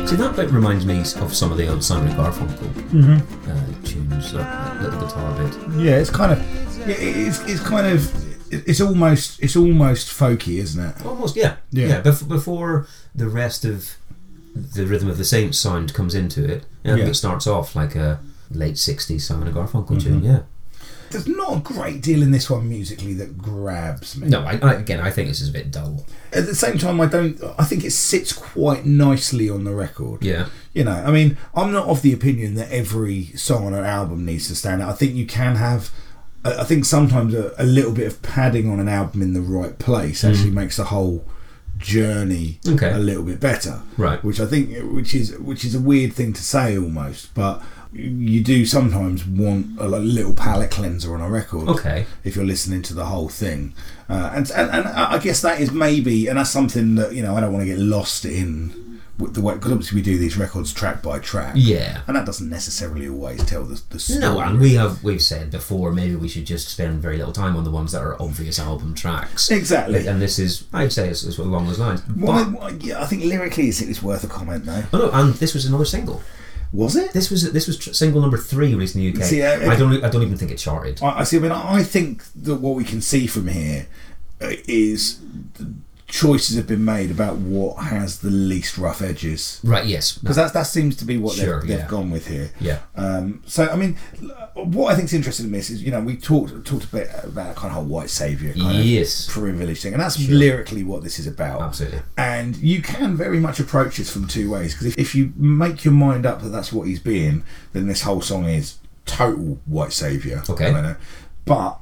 See, that bit reminds me of some of the old Simon and Garfunkel Mm-hmm. uh, tunes, that little guitar bit. Yeah, it's kind of. Yeah, it- it's, it's kind of. it- It's almost. It's almost folky, isn't it? Almost, yeah, Yeah. bef- before the rest of the rhythm of the Saints sound comes into it, yeah, I think Yeah. Mm-hmm. it starts off like a late '60s Simon and Garfunkel tune. Yeah. There's not a great deal in this one musically that grabs me. No, I, I, again, I think this is a bit dull. At the same time, I don't. I think it sits quite nicely on the record. Yeah. You know, I mean, I'm not of the opinion that every song on an album needs to stand out. I think you can have. I I think sometimes a, a little bit of padding on an album in the right place actually makes the whole journey Mm. Okay. a little bit better. Right. Which I think, which is which is a weird thing to say almost, but you do sometimes want a little palate cleanser on a record Okay. if you're listening to the whole thing. Uh, and, and and I I guess that is maybe, and that's something that you know I don't want to get lost in with the way because obviously we do these records track by track. Yeah. and that doesn't necessarily always tell the, the story. No, and we have we've said before maybe we should just spend very little time on the ones that are obvious album tracks. exactly. And this is, I'd say, it's, it's along those lines. Well, But, I, well, yeah, I think lyrically it's, it's worth a comment though. oh no, and this was another single. Was it? This was this was tr- single number three released in the UK. See, I- I don't I don't even think it charted. I, I see. I mean, I think that what we can see from here uh, is the choices have been made about what has the least rough edges. Right? Yes. Because that that seems to be what Sure, they've, they've yeah. gone with here. Yeah. Um, so I mean, l- what I think's interesting in this is you know we talked talked a bit about kind of whole white savior kind Yes. of privilege thing, and that's lyrically what this is about. Absolutely. And you can very much approach this from two ways because if, if you make your mind up that that's what he's being, then this whole song is total white savior. Okay. I don't know. But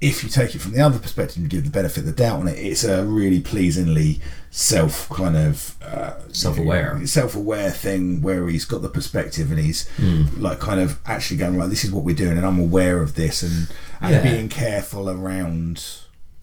if you take it from the other perspective and give the benefit of the doubt on it, it's a really pleasingly self kind of uh, Self-aware. self-aware thing where he's got the perspective and he's Hmm. like kind of actually going like this is what we're doing and I'm aware of this and and Yeah. being careful around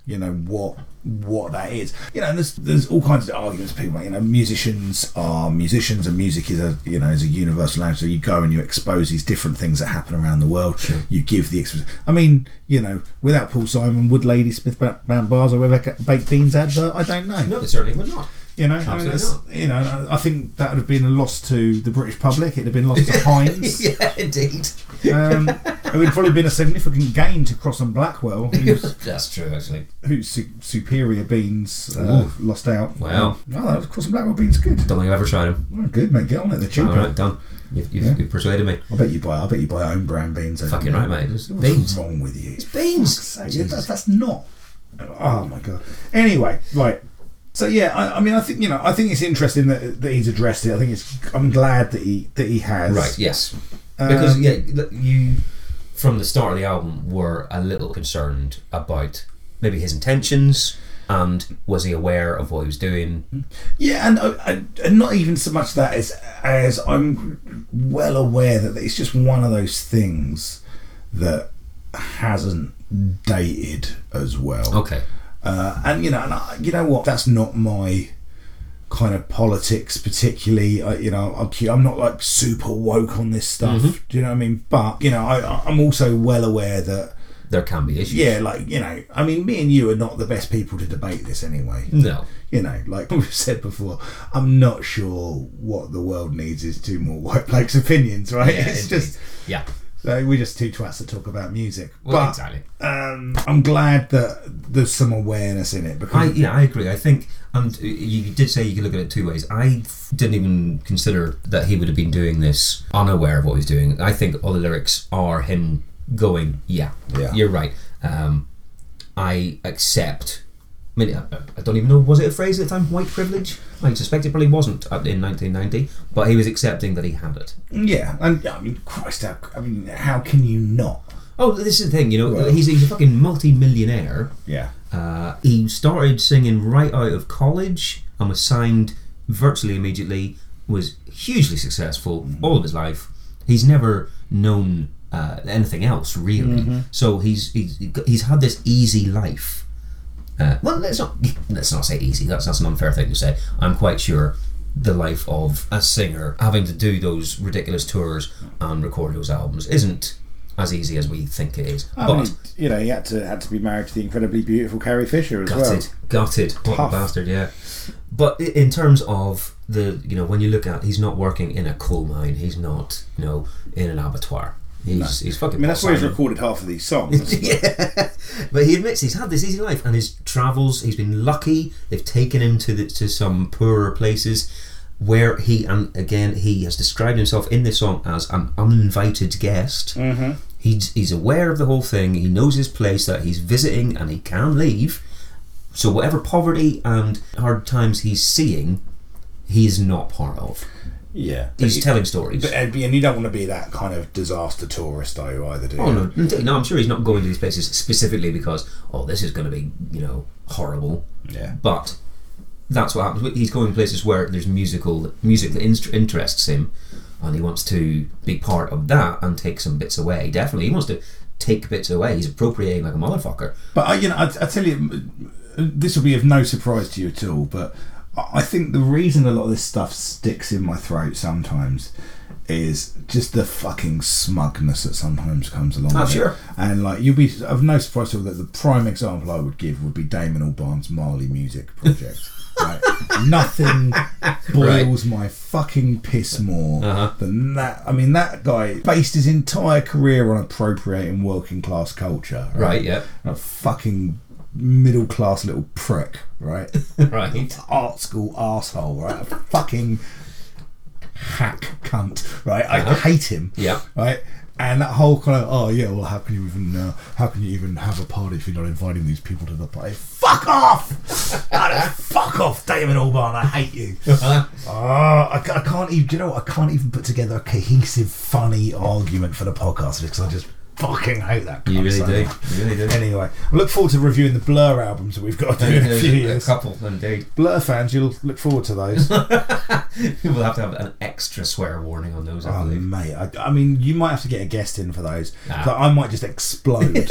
you know what what that is. You know, and there's there's all kinds of arguments people make. You know, musicians are musicians, and music is a you know is a universal language. So you go and you expose these different things that happen around the world. You give the exp- I mean, you know, without Paul Simon, would Ladysmith ba- Band Bars or Rebecca Baked Beans advert? I don't know. No, they certainly would not. You know, I mean, Absolutely that's, you know, I- I think that would have been a loss to the British public. It'd have been lost to Heinz. yeah, indeed. um, it would probably have been a significant gain to Cross and Blackwell, whose, That's true, actually. whose su- superior beans uh, lost out. Oh, Wow. No, that was- Cross and Blackwell beans are good. Don't think I've ever tried them. Well, good, mate. Get on it. They're cheaper. All right, done. You've, you've, Yeah. you've persuaded me. I bet you buy. I bet you buy own brand beans. over Fucking there. right, mate. It's What's beans. wrong with you? Beans. So, yeah, that, that's not. Oh my god. Anyway, right. So yeah, I, I mean, I think you know, I think it's interesting that, that he's addressed it. I think it's. I'm glad that he that he has. Right. Yes. Um, Because yeah, look, you from the start of the album were a little concerned about maybe his intentions and was he aware of what he was doing? Hmm. Yeah, and, uh, and not even so much that as as I'm well aware that it's just one of those things that hasn't dated as well. Okay. Uh, and you know, and I, you know what? That's not my kind of politics particularly. I, you know, I'm, cu- I'm not like super woke on this stuff. Mm-hmm. Do you know what I mean? But you know, I, I'm also well aware that There can be issues. yeah, like you know, I mean, me and you are not the best people to debate this anyway No. you know, like we've said before, I'm not sure what the world needs is two more white blokes' opinions, right? Yeah, it's indeed. just Yeah. like, we're just two twats that talk about music. Well, but exactly. um, I'm glad that there's some awareness in it I because yeah, I agree. I think, and you did say you could look at it two ways. I didn't even consider that he would have been doing this unaware of what he's doing. I think all the lyrics are him going, "Yeah, Yeah. you're right. Um, I accept." I mean, I, I don't even know. Was it a phrase at the time? White privilege. I suspect it probably wasn't up in 1990, but he was accepting that he had it. yeah, and I mean, Christ, how, I mean, how can you not? Oh, this is the thing. You know, Well- he's he's a fucking multi-millionaire. Yeah, Uh, he started singing right out of college and was signed virtually immediately. Was hugely successful Mm-hmm. all of his life. He's never known uh, anything else really. Mm-hmm. So he's, he's he's had this easy life. Uh, well, let's not let's not say easy. That's that's an unfair thing to say. I'm quite sure the life of a singer having to do those ridiculous tours and record those albums isn't as easy as we think it is. I but mean, you know, he had to had to be married to the incredibly beautiful Carrie Fisher as well. gutted, gutted, what a Tough. bastard, yeah. But i- in terms of the, you know, when you look at, he's not working in a coal mine. He's not, you know, in an abattoir. He's he's fucking. I mean, that's why he's Simon. recorded half of these songs. yeah, but he admits he's had this easy life and his travels. He's been lucky. They've taken him to the, to some poorer places. Where he and again he has described himself in this song as an uninvited guest. Mm-hmm. He's he's aware of the whole thing. He knows his place that he's visiting and he can leave. So whatever poverty and hard times he's seeing, he's not part of. yeah, He's telling stories. But, and you don't want to be that kind of disaster tourist, though, either, do you? Oh no, indeed. no! I'm sure he's not going to these places specifically because oh, this is going to be you know horrible. Yeah. But that's what happens. He's going to places where there's musical music that inst- interests him, and he wants to be part of that and take some bits away. Definitely, he wants to take bits away. He's appropriating like a motherfucker. But I, you know, I, I tell you, m- this will be of no surprise to you at all. But I I think the reason a lot of this stuff sticks in my throat sometimes is just the fucking smugness that sometimes comes along. Oh, with it. sure. And like you'll be of no surprise to you that the prime example I would give would be Damon Albarn's Marley Music Project. Right. Nothing boils my fucking piss more Uh-huh. than that. I mean, that guy based his entire career on appropriating working class culture. Right? Yeah. A fucking middle class little prick, right? Right. Art school asshole, right? A fucking hack cunt, right? I hate him. Uh-huh. Yeah. Right? And that whole kind of oh yeah, well how can you even uh, how can you even have a party if you're not inviting these people to the party? Fuck off! Ah, fuck off, Damon Albarn. I hate you. Uh-huh. Ah, I, ca- I can't even. Do you know what? I can't even put together a cohesive, funny argument for the podcast because I just fucking hate that. You cunt really so do. much. You really do. Anyway, I look forward to reviewing the Blur albums that we've got to do in a few a years. couple indeed. Blur fans, you'll look forward to those. We'll have to have an extra swear warning on those. I oh, believe. mate, I, I mean, you might have to get a guest in for those. Nah. So I might just explode.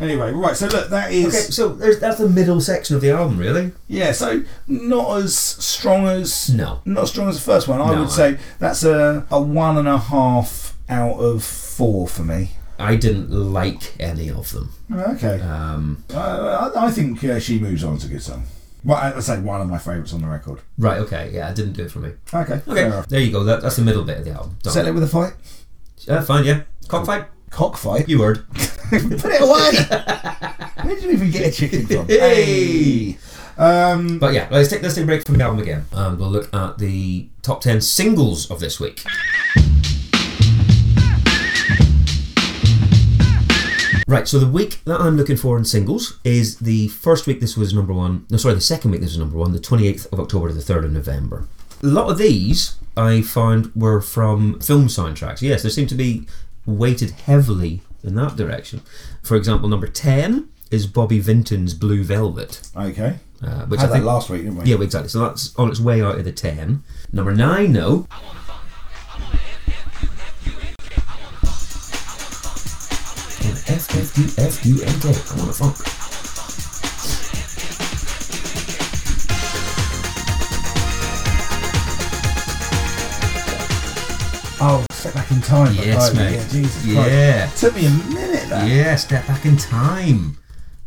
Anyway, right. So look, that is Okay, so there's, that's the middle section of the album, really. yeah. So not as strong as No. not as strong as the first one. I No. would say that's a a one and a half out of four for me. Oh, I didn't like any of them. Okay, Um, uh, I, I think uh, she moves on. It's a good song. Well, I- I'd say one of my favourites on the record. right, okay, yeah, it didn't do it for me. Okay, fair Okay, enough. there you go. That, that's the middle bit of the album. Done. Settle it with a fight. Yeah, fine, yeah. Cockfight, Cockfight. you heard. Put it away. Where did you even get a chicken from? Hey! Um, But yeah, let's take let's take a break from the album again. And Um, we'll look at the top ten singles of this week. Right, so the week that I'm looking for in singles is the first week this was number one. No, sorry, the second week this was number one, the 28th of October to the 3rd of November. A lot of these I found were from film soundtracks. Yes, there seem to be weighted heavily in that direction. For example, number 10 is Bobby Vinton's Blue Velvet. okay. Uh, which Had I think that last week, didn't we? yeah, well, exactly. So that's on its way out of the ten. Number nine, though. F F U F U N K. I want to funk. Oh, step back in time. but Yes, like, mate. Yeah, Jesus Christ. Yeah, Took me a minute. That. yeah. Step back in time.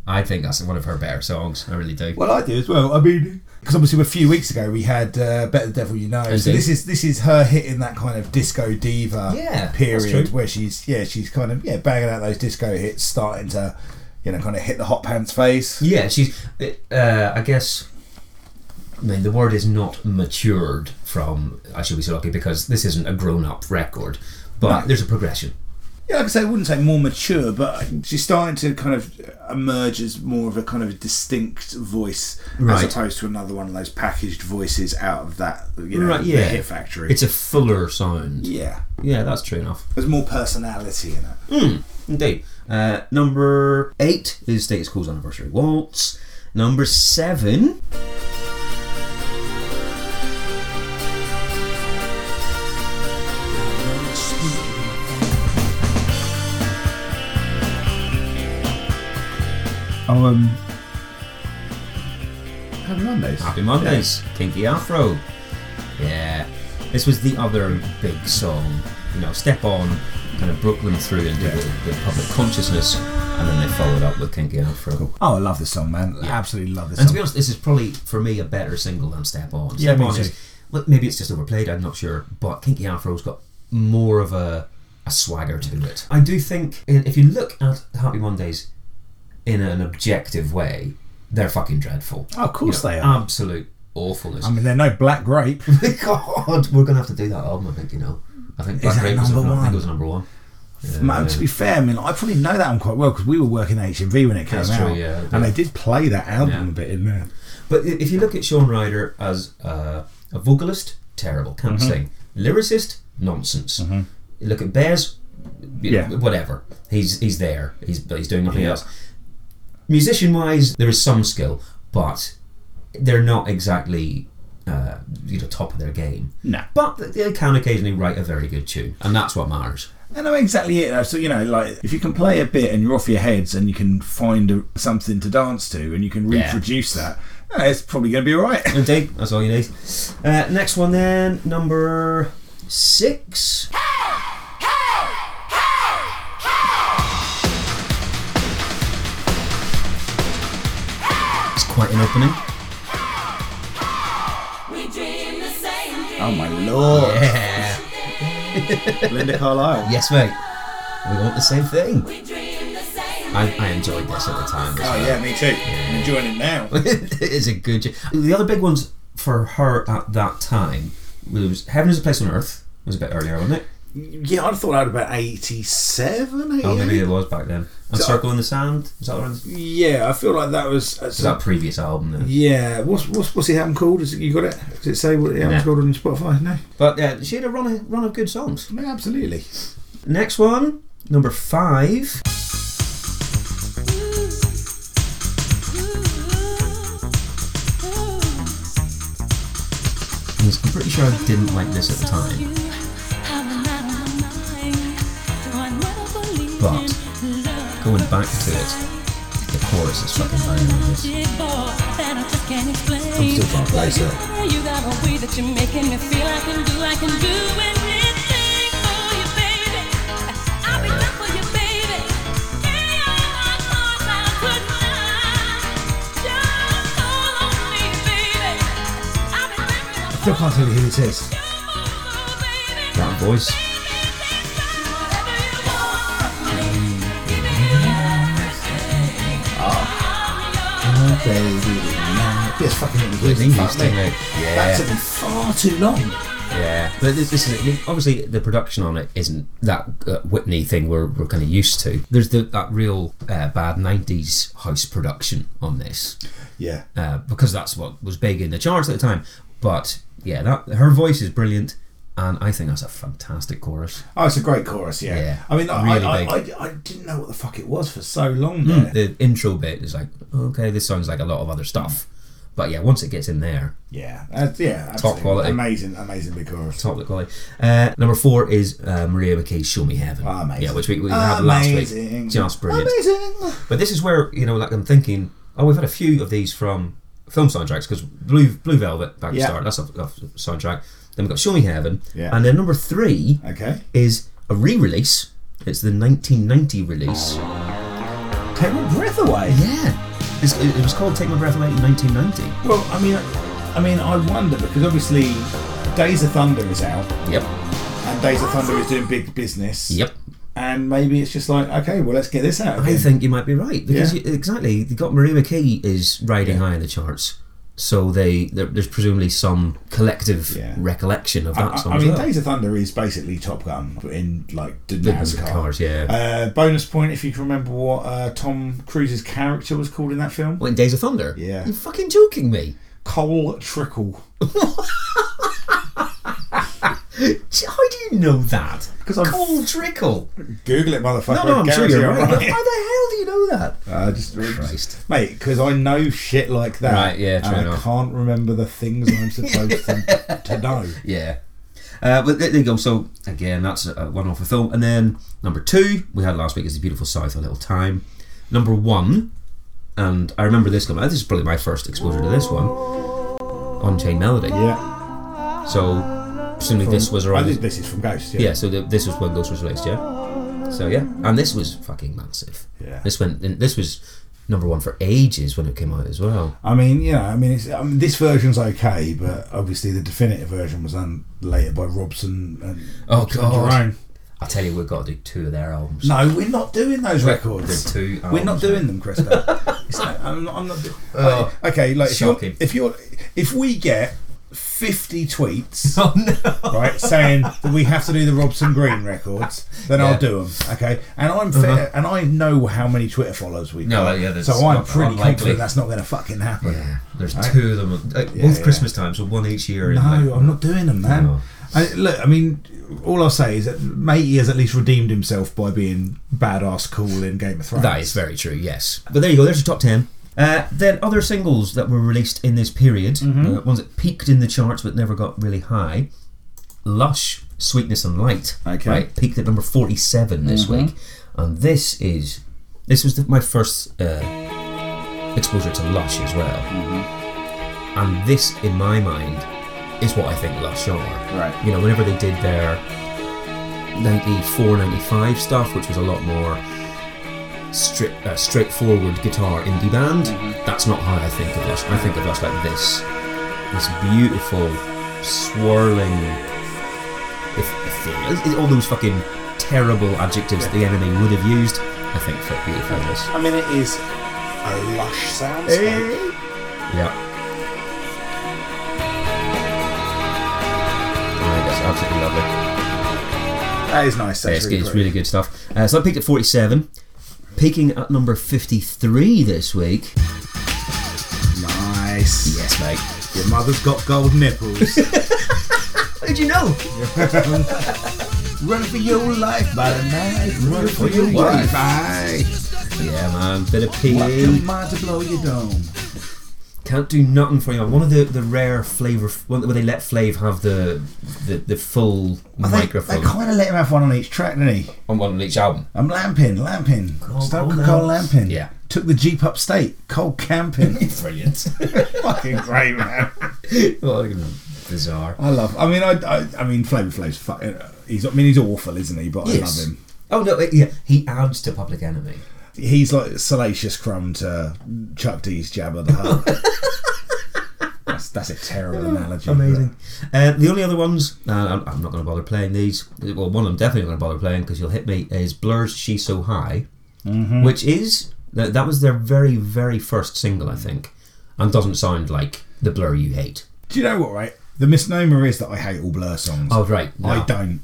I think that's one of her better songs. I really do. Well, I do as well. I mean, because obviously a few weeks ago we had uh, "Better the Devil You Know," so Indeed. this is this is her hitting that kind of disco diva Yeah, that's period true. where she's yeah she's kind of yeah banging out those disco hits, starting to you know kind of hit the hot pants face. Yeah, she's. Uh, I guess. I mean, the word is not matured from. I should be so lucky because this isn't a grown-up record, but No. there's a progression. Yeah, like I say, I wouldn't say more mature, but she's starting to kind of emerge as more of a kind of distinct voice as Right. opposed to another one of those packaged voices out of that you know Right, yeah. the hit factory. It's a fuller sound. yeah, Yeah, that's true enough. there's more personality in it. Indeed. Uh, number eight is Status Quo's Anniversary Waltz. Number seven. Oh, um. Happy Mondays. Happy Mondays, Kinky Afro. Yeah, this was the other big song. You know, Step On kind of broke them through into Yeah. the, the public consciousness, and then they followed up with Kinky Afro. Oh, I love this song, man. Absolutely love this And to song. be honest, this is probably for me a better single than Step On. Yeah, Step me On too. is well, maybe it's just overplayed. I'm not sure, but Kinky Afro's got more of a a swagger to it. I do think i- if you look at Happy Mondays in an objective way, they're fucking dreadful. Oh, of course You they are. Absolute awfulness. I mean, they're no black grape. God, we're gonna have to do that album. I think you know. I think Black that Rain was number I think one? it was number one. Man, to be fair, I mean, I probably know that one quite well because we were working at HMV when it came That's out, true, yeah. and they did play that album Yeah. a bit in there. But i- if you look at Sean Ryder as uh, a vocalist, terrible, can't sing. Lyricist, nonsense. You look at Bez, Yeah. yeah. whatever. He's he's there. He's but he's doing nothing else. Musician wise, there is some skill, but they're not exactly uh, you know top of their game. No. But they can occasionally write a very good tune, and that's what matters. And know exactly it. though. So you know, like if you can play a bit and you're off your heads and you can find a, something to dance to and you can Yeah. reproduce that, eh, it's probably going to be all right. Indeed, that's all you need. Uh, next one then, number six. It's quite an opening. Oh my lord, Yeah. Linda Carlisle. Yes, mate. We want the same thing. I, I enjoyed this at the time. as Oh well. yeah, me too. I'm enjoying it now. it is a good. j- The other big ones for her at that time was Heaven is a Place on Earth. Was a bit earlier, wasn't it? Yeah, I thought I had about 87, 88. Oh, maybe it was back then. And So- Circle in the Sand. Was that around? Yeah, I feel like that was. Uh, Is that previous album then? yeah, what's what's what's the album called? Is it, you got it? Does it say what the album's No. called on Spotify? No, But yeah, she had a run of, run of good songs. no, absolutely. Next one, number five. I'm pretty sure I didn't like this at the time, time. but going back to it, chorus is fucking banging. I'm still can't play so. You got a way that you're making me feel I can do, I can do anything for you, baby. I'll be there for you, baby. Yeah, you're my heart, I could not. Just call on me, baby. I'll be there when I'm Still can't tell you who this is. That voice. Yes, fucking it was It's really English, fuck thing, me. mate. Yeah. That took me far too long. Yeah, but this, this is obviously the production on it isn't that uh, Whitney thing we're, we're kind of used to. There's the, that real uh, bad '90s house production on this Yeah. uh, because that's what was big in the charts at the time. But yeah, that her voice is brilliant, and I think that's a fantastic chorus. Oh, it's a great chorus, yeah. Yeah, I mean, I, really I, I, big. Hmm. I, I didn't know what the fuck it was for so long there. The intro bit is like, okay, this sounds like a lot of other stuff, but yeah, once it gets in there, Yeah, uh, yeah, absolutely. quality. amazing, amazing big chorus. top of the quality. Uh, number four is uh, Maria McKay's "Show Me Heaven." Ah, amazing. Yeah, which we, we had last Amazing. week. Just brilliant. Amazing. But this is where you know, like I'm thinking, oh, we've had a few of these from film soundtracks because Blue Blue Velvet back Yeah. to start. That's a, a soundtrack. Then we've got Show Me Heaven, Yeah. and then number three Okay. is a re-release. It's the 1990 release. Take my breath away. Yeah, it's, it, it was called "Take My Breath Away" in 1990. Well, I mean, I mean, I wonder because obviously, Days of Thunder is out, Yep, and Days of Thunder is doing big business. yep. And maybe it's just like, okay, well, let's get this out. I again. think you might be right because Yeah. you, exactly they got Maria McKee is riding high in the charts, so they there, there's presumably some collective Yeah. recollection of I, that I- song. I as mean, well. Days of Thunder is basically Top Gun but in like the Goodness of NASCAR. cars, yeah. Uh, bonus point if you can remember what uh, Tom Cruise's character was called in that film. What in Days of Thunder? Yeah. You're fucking joking me. Cole Trickle. Gee, How do you know that? 'Cause I'm- Cole Trickle. Google it, motherfucker. No, no, I'm sure Guarantee you're I'm right. But How the hell do you know that? Uh, just Christ. mate, because I know shit like that. Right, yeah, true and I enough. can't remember the things I'm supposed to, to know. Yeah. Uh, but there there you go. So again, that's a one off a film. And then number two we had last week is the beautiful South, a little time. Number one, and I remember this coming. out, This is probably my first exposure to this one. Unchained Melody. Yeah, So presumably this was I around. did, this is from Ghost. Yeah, Yeah, so th this was when Ghost was released, yeah. So yeah, and this was fucking massive. Yeah. This went. and This was number one for ages when it came out as well. I mean, you know, I mean, it's, I mean, this version's okay, but obviously the definitive version was done later by Robson and Oh Jerome. I tell you, we've got to do two of their albums. No, we're not doing those records. The two. We're not albums. Oh, doing them, Christo. It's like, I'm not. I'm not do- Like, okay, like if you're, shocking. if you're if we get fifty tweets. Oh no. right, saying that we have to do the Robson Green records, then Yeah. Uh-huh. I'll do them. Okay, and I'm fair, and I know how many Twitter followers we No, got. yeah, that's so I'm not- pretty unlikely. confident that's not going to fucking happen. Yeah, there's two of them, uh, both Yeah, yeah. Christmas time, so one each year. No, and like, I'm not doing them, man. No. I, look, I mean, all I'll say is that Matey has at least redeemed himself by being badass cool in Game of Thrones. That is very true. Yes, but there you go. There's your top ten. Uh, then other singles that were released in this period, Mm-hmm. uh, ones that peaked in the charts but never got really high. Lush, Sweetness and Light. Okay. Mm-hmm. Right, peaked at number forty-seven this week, and this is this was the, my first uh, exposure to Lush as well. Mm-hmm. And this, in my mind, is what I think Lush are. Right. You know, whenever they did their 94, 95 stuff, which was a lot more straight, uh, straightforward guitar indie band. Mm-hmm. That's not how I think of us. I think of us like this, this beautiful, swirling, if, if- if- all those fucking terrible adjectives that the enemy would have used. I think fit beautiful in this. I mean, it is a lush soundscape. Yeah. I think that's absolutely lovely. That is nice. That's It's, really good- it's great. really good stuff. Uh, so I peaked at 47. Peaking at number 53 this week. nice. Yes, mate. Your mother's got gold nipples. How did you know? Run for your life by the night. Run for your life. life. Yeah, man. Bit of What your PE. mind to blow your dome. Can't do nothing for you. One of the, the rare flavour, one where they let Flav have the the, the full I think microphone they kind of let him have one on each track, didn't he? on one on each album. I'm lamping, lamping. Cold, Start cold with cold house. lamping. Yeah. Took the Jeep upstate. Cold camping. Brilliant. Fucking great, man. Well, you know, Bizarre. I love. I mean, I. I, I mean, Flavor Flav's. Fu- uh, he's. I mean, he's awful, isn't he? But Yes. I love him. Oh no, yeah, he adds to Public Enemy. He's like Salacious Crumb to Chuck D's Jabba the Hutt. that's, that's a terrible analogy. but- Amazing. Uh, the only other ones, uh, I'm, I'm not going to bother playing these. Well, one I'm definitely not going to bother playing because you'll hit me. Is Blur's "She's So High," which is that, that was their very very first single, I think, and doesn't sound like the Blur you hate. Do you know what? Right, the misnomer is that I hate all Blur songs. Oh right, no. I don't.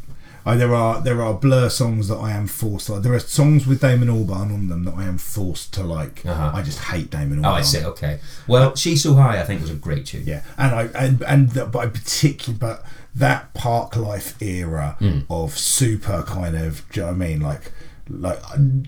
I, there are there are Blur songs that I am forced. Like, there are songs with Damon Albarn on them that I am forced to like. Uh-huh. I just hate Damon Albarn. Oh, I see. Okay. Well, "She's So High" I think was a great tune. Yeah, and I and and the, but I particularly but that park life era Hmm. of super kind of do you know what I mean like like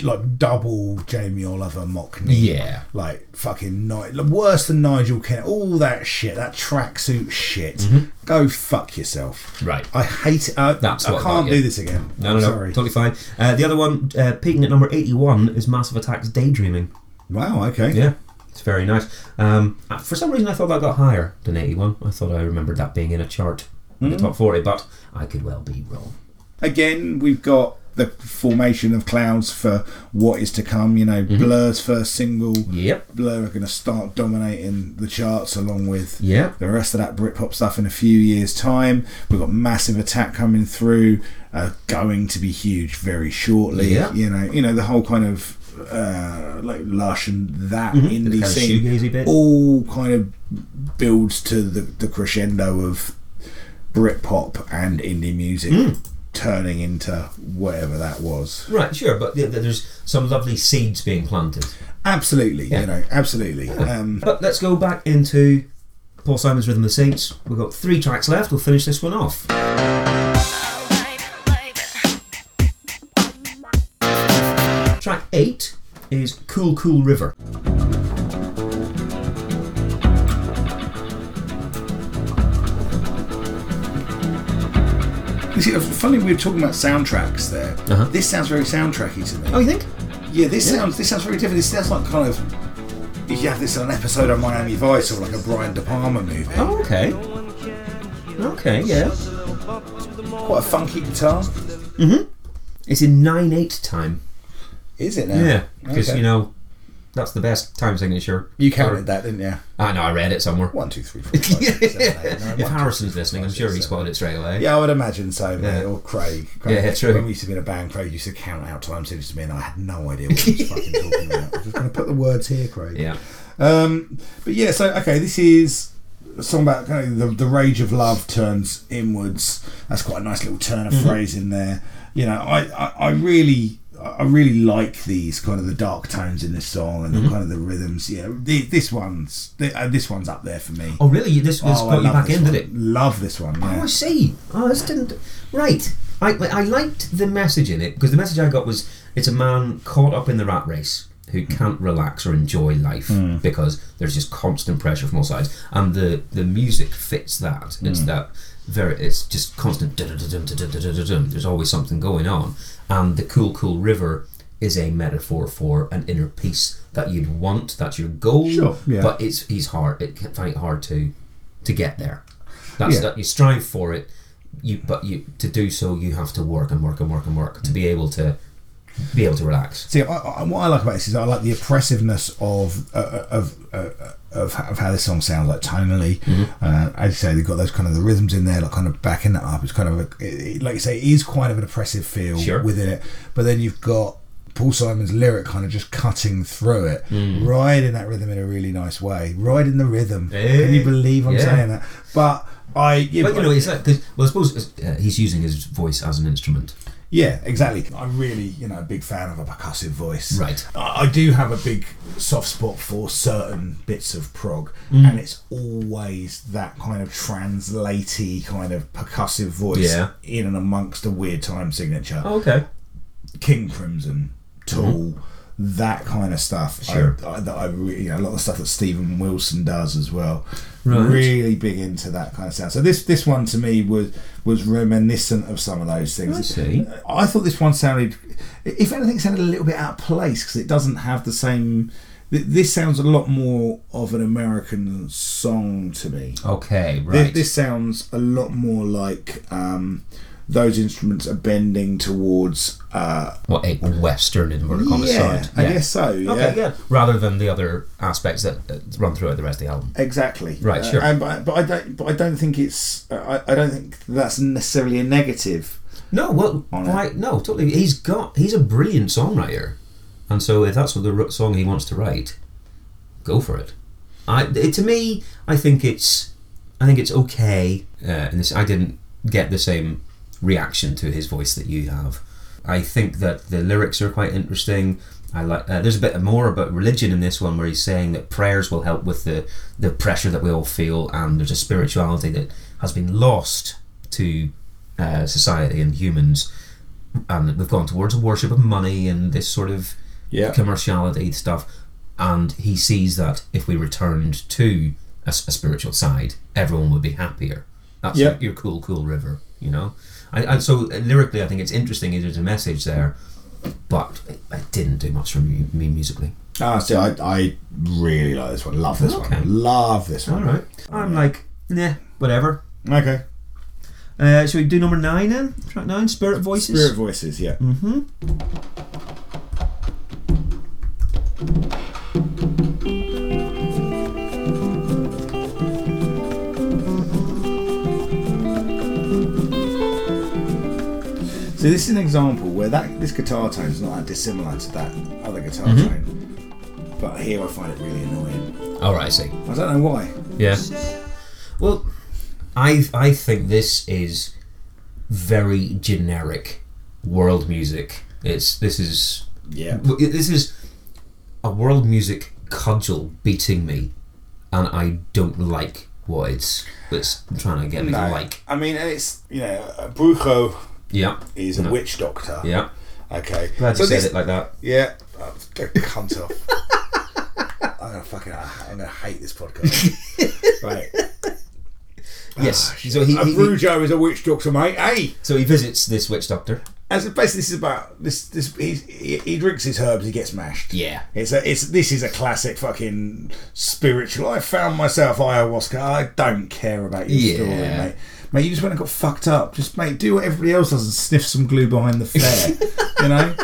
like double Jamie Oliver Mockney Yeah. like fucking Ni- like, worse than Nigel Kent all that shit that tracksuit shit go fuck yourself Mm-hmm. Right. I hate it uh, That's I what can't about do you. this again No, no, no. sorry Totally fine. Uh, the other one, uh, peaking at number eighty-one, is Massive Attack's "Daydreaming." wow okay Yeah, it's very nice. Um, uh, for some reason, I thought that got higher than 81. I thought I remembered that being in a chart in the top 40, but I could well be wrong. again, we've got the formation of clouds for what is to come. You know, Mm-hmm. Blur's first single. Yep. Blur are going to start dominating the charts along with Yeah. the rest of that Britpop stuff in a few years' time. We've got Massive Attack coming through, uh, going to be huge very shortly. Yeah. You know, you know the whole kind of uh, like lush and that Mm-hmm. The indie kind of scene shoegazy bit. all kind of builds to the, the crescendo of Britpop and indie music Mm. turning into whatever that was. Right, sure, but th- th- there's some lovely seeds being planted. Absolutely, Yeah. you know, absolutely. Um, But let's go back into Paul Simon's Rhythm of the Saints. We've got three tracks left. We'll finish this one off. Track eight is Cool Cool River. you see, uh, funny we were talking about soundtracks there. Uh-huh. This sounds very soundtracky to me. Oh, you think? Yeah, this sounds this sounds very different. This sounds like kind of if you have this on an episode of Miami Vice or like a Brian De Palma movie. Oh, okay. Okay, yeah. Quite a funky guitar, It's in 9 8 time. is it? Now? Yeah, because Okay. you know that's the best time signature. you counted that, didn't you? I know I read it somewhere. One, two, three, four, five, six, seven, eight, nine. if One, two, Harrison's listening, I'm sure he spotted it straight away. Yeah, I would imagine so, mate. Yeah. Or Craig. Yeah, Craig. yeah, true. When we used to be in a band, Craig used to count out times it used to be, and I had no idea what he was fucking talking about. I'm just going to put the words here, Craig. Yeah. Um, but yeah, so okay, this is a song about kind of the, the rage of love turns inwards. That's quite a nice little turn Mm-hmm. of phrase in there. You know, I, I, I really. I really like these kind of the dark tones in this song and the Mm-hmm. kind of the rhythms. Yeah, thi- this one's thi- uh, this one's up there for me. Oh really? You- This, this Oh, I brought you love back this in, did one. it? Love this one. Oh, Yeah. I see. Oh, this didn't. Right. I I liked the message in it because the message I got was it's a man caught up in the rat race who can't relax or enjoy life Hmm. because there's just constant pressure from all sides, and the the music fits that. Hmm. It's that very. It's just constant. dun- dun- dun- dun- dun- dun- dun- dun- dun. There's always something going on, and the cool cool river is a metaphor for an inner peace that you'd want. That's your goal. Sure, yeah. But it's he's hard. It can find it hard to to get there. That's Yeah. that you strive for it. You but you to do so you have to work and work and work and work to be able to be able to relax. See, I, I, what I like about this is I like the oppressiveness of uh, of, uh, of of how this song sounds like tonally. Mm-hmm. Uh, as you say, they've got those kind of the rhythms in there, like kind of backing it up. It's kind of a, it- it- like you say, it is quite of an oppressive feel Sure. within it. But then you've got Paul Simon's lyric kind of just cutting through it, Mm. riding that rhythm in a really nice way, riding the rhythm. Eh, Can you believe I'm yeah. saying that? But I, yeah, But you but- know, it's like 'cause- well, I suppose it's, uh, he's using his voice as an instrument. Yeah, exactly. I'm really, you know, a big fan of a percussive voice. Right. I, I do have a big soft spot for certain bits of prog, and it's always that kind of translatey kind of percussive voice Yeah. in Oh, and amongst a weird time signature. okay. King Crimson, Tool, that kind of stuff. Mm-hmm. Sure. I, I, that I re- you know, a lot of the stuff that Stephen Wilson does as well. Right. Really big into that kind of sound. So this this one to me was was reminiscent of some of those things. I see. I thought this one sounded, if anything, it sounded a little bit out of place because it doesn't have the same. th- This sounds a lot more of an American song to me. Okay, Thi- right. This, sounds a lot more like um, those instruments are bending towards. Uh, what a Western inverted commas yeah, sound. I guess so. Yeah. Okay, yeah. Rather than the other aspects that uh, run throughout the rest of the album. Exactly. Uh, Right, sure. And but, but I don't. But I don't think it's. uh, I, I don't think that's necessarily a negative. No, well, On why? No, totally. He's got. He's a brilliant songwriter, and so if that's what the ro- song he wants to write, go for it. I it, to me, I think it's. I think it's okay. Uh, and this, I didn't get the same reaction to his voice that you have. I think that the lyrics are quite interesting. I like. Uh, there's a bit more about religion in this one, where he's saying that prayers will help with the the pressure that we all feel, and there's a spirituality that has been lost to uh, society and humans, and we've gone towards a worship of money and this sort of Yeah. commerciality stuff. And he sees that if we returned to a, s- a spiritual side, everyone would be happier. That's Yeah. like your cool, cool river, you know. I, I, so uh, lyrically, I think it's interesting. There's a message there, but it, it didn't do much for me, me musically. Ah, see, I, I really like this one. Love this Okay. one. Love this All one. right, I'm like, nah, whatever. Okay. Uh, should we do number nine then? Track nine, Spirit Voices. Mm-hmm. Spirit voices. Yeah. So this is an example where that this guitar tone is not that dissimilar to that other guitar Mm-hmm. tone, but here I find it really annoying. All right, I see. I don't know why. Yeah. Well, I I think this is very generic world music. It's this is Yeah. this is a world music cudgel beating me, and I don't like what it's it's trying to get me to like. I mean, it's you know, uh, Brujo Yeah. is a No. witch doctor. Yeah. Okay. Glad So you said this- it like that. Yeah. Oh, Get the cunt off. I'm gonna fucking. I'm gonna hate this podcast. right. yes. So he, A he- he- Brujo is a witch doctor, mate. Hey. so he visits this witch doctor. As basically, this is about this. This he, he, he drinks his herbs. He gets mashed. Yeah. It's a, it's this is a classic fucking spiritual. I found myself ayahuasca. I don't care about your Yeah. story, mate. Mate, you just went and got fucked up. Just mate, do what everybody else does and sniff some glue behind the flare. you know.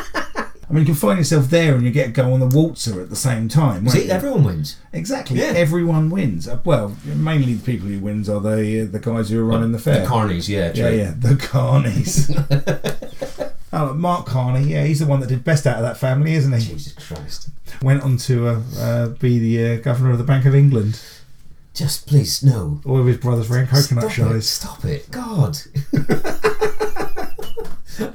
I mean, you can find yourself there and you get to go on the waltzer at the same time. won't See, you? everyone wins. Exactly. Yeah. Everyone wins. Uh, Well, mainly the people who wins are the uh, the guys who are running the fair. The carnies, yeah, true. yeah, yeah, the Carneys. oh, look, Mark Carney. Yeah, he's the one that did best out of that family, isn't he? Jesus Christ. Went on to uh, uh, be the uh, governor of the Bank of England. Just please, no. All of his brothers ran coconut Stop It, shies. stop it. God.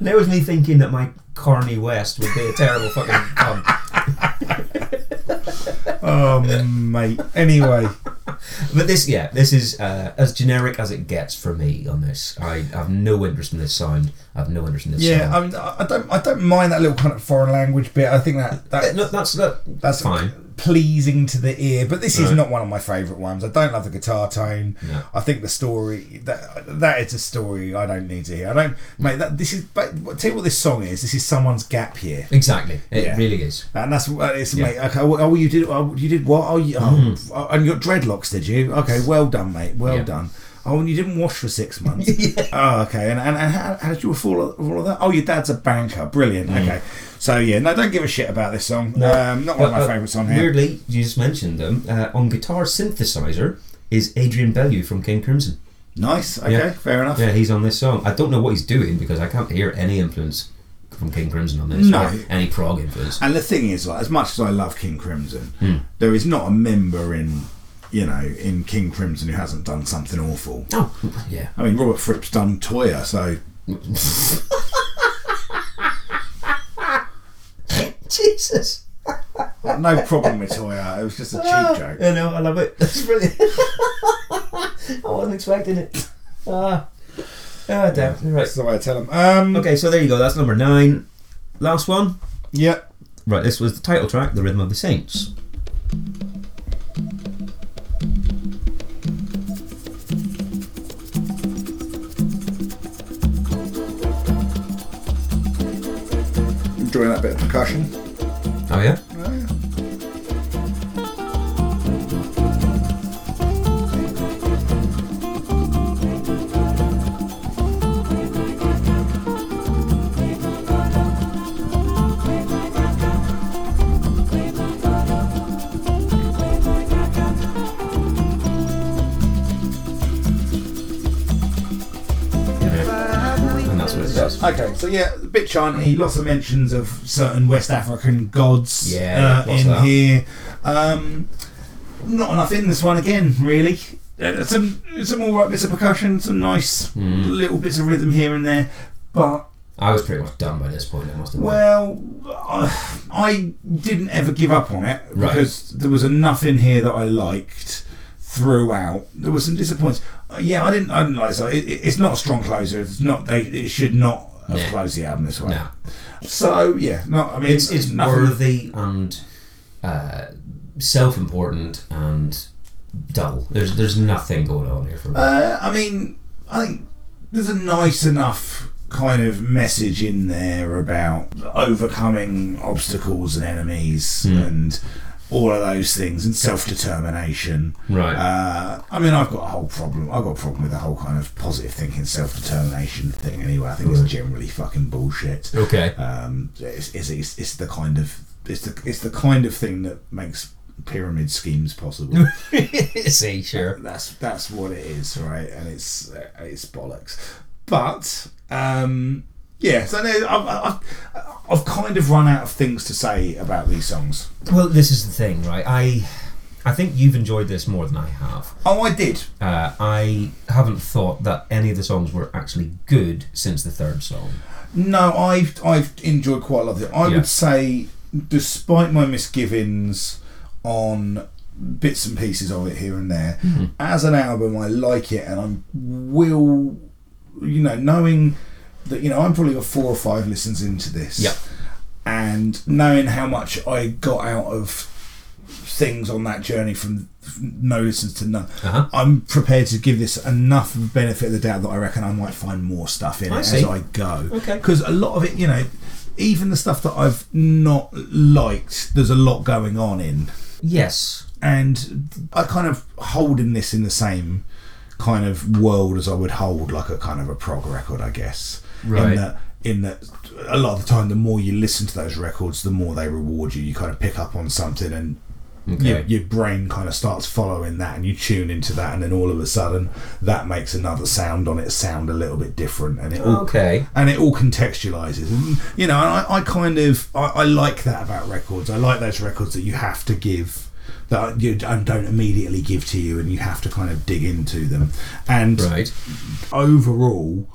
there was me thinking that my Carney West would be a terrible fucking cunt. Oh, mate. Anyway, But this, yeah, this is uh, as generic as it gets for me on this. I have no interest in this sound. I have no interest in this yeah. I sound. mean, I I don't, I don't mind that little kind of foreign language bit. I think that that no, that's that, that's fine. pleasing to the ear but this is Right. not one of my favorite ones i don't love the guitar tone No. i think the story that that is a story i don't need to hear i don't mate that this is but tell you what this song is this is someone's gap year Exactly. It Yeah. really is. and that's what it's Yeah. Mm. mate okay, oh oh, you did oh, you did what oh, you, oh oh, and you got dreadlocks did you okay well done mate well Yeah. done Oh, and you didn't wash for six months. Oh, okay. And, and, and how, how did you afford all of that? Oh, your dad's a banker. Brilliant. Mm. Okay. So, yeah, no, don't give a shit about this song. Um, not one of But, my uh, favourites on here. Weirdly, you just mentioned them. Uh, on guitar synthesizer is Adrian Bellew from King Crimson. Nice. Okay. Yeah. Fair enough. Yeah, he's on this song. I don't know what he's doing because I can't hear any influence from King Crimson on this. No. or any prog influence. And the thing is, like, as much as I love King Crimson, Hmm. there is not a member in, you know, in King Crimson who hasn't done something awful. Oh, yeah. I mean, Robert Fripp's done Toya, so Jesus. no problem with Toya. It was just a Uh, cheap joke. I know, I love it. That's brilliant. I wasn't expecting it. Ah, ah damn. Right. That's the way I tell him. Um, Okay, so there you go. That's number nine. Last one. Yep. Right, this was the title track, The Rhythm of the Saints. Enjoying that bit of percussion. Oh, yeah? And that's what it does. Okay, so yeah, a bit chanty. He lots of mentions of certain West African gods Yeah, uh, lots in of that. here. Um, not enough in this one again, really. Uh, some some all right bits of percussion, some nice Hmm. little bits of rhythm here and there, but I was pretty much done by this point, I must have well, I, I didn't ever give up on it Right. because there was enough in here that I liked throughout. There was some disappointments. Uh, yeah, I didn't. I didn't like this. It, it- it's not a strong closer. It's not. They. It should not have Nah. closed the album this way. No. So yeah, no. I mean, It's, it's nothing- worthy and uh, self important and dull. There's there's nothing going on here for me. Uh, I mean, I think there's a nice enough kind of message in there about overcoming obstacles and enemies and all of those things and self determination. Right. Uh, I mean, I've got a whole problem. I've got a problem with the whole kind of positive thinking, self determination thing. Anyway, I think it's generally fucking bullshit. okay. Um, it's, it's, it's, it's the kind of it's the it's the kind of thing that makes pyramid schemes possible. See, sure. That's that's what it is, right? And it's uh, it's bollocks. But um, yeah, so no, I've, I've, I've kind of run out of things to say about these songs. Well, this is the thing, right? I I think you've enjoyed this more than I have. Oh, I did. Uh, I haven't thought that any of the songs were actually good since the third song. No, I've I've enjoyed quite a lot of it. I Yeah. would say, despite my misgivings on bits and pieces of it here and there, Mm-hmm. as an album, I like it, and I will, you know, knowing that you know I'm probably got four or five listens into this, Yeah. and knowing how much I got out of things on that journey from no listens to none. Uh-huh. I'm prepared to give this enough benefit of the doubt that I reckon I might find more stuff in it I as see. I go. Okay. Because a lot of it, you know, even the stuff that I've not liked, there's a lot going on in. Yes. And I kind of holding this in the same kind of world as I would hold like a kind of a prog record, I guess. Right. In that, in that a lot of the time, the more you listen to those records, the more they reward you. You kind of pick up on something and your, Okay. your brain kind of starts following that and you tune into that and then all of a sudden that makes another sound on it sound a little bit different and it all Okay. and it all contextualizes and you know and I, I kind of I, I like that about records i like those records that you have to give that you don't don't immediately give to you and you have to kind of dig into them and Right. overall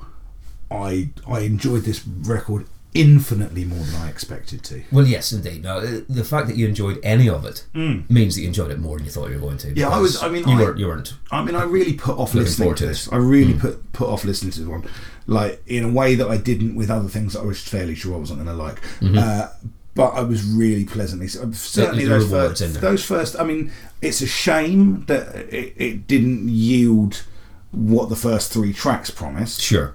i i enjoyed this record infinitely more than i expected to Well, yes, indeed. Now, uh, the fact that you enjoyed any of it means that you enjoyed it more than you thought you were going to. Mm. Yeah, I because was- I mean, you I- weren't. You weren't. I mean, I really put off Looking listening forward to to Hmm. this. this. I really put put off listening to this one, like in a way that I didn't with other things that I was fairly sure I wasn't going to like. Uh, but I was really pleasantly uh, certainly Mm-hmm. there those were words in first, there. those first. I mean, it's a shame that it, it didn't yield what the first three tracks promised. Sure.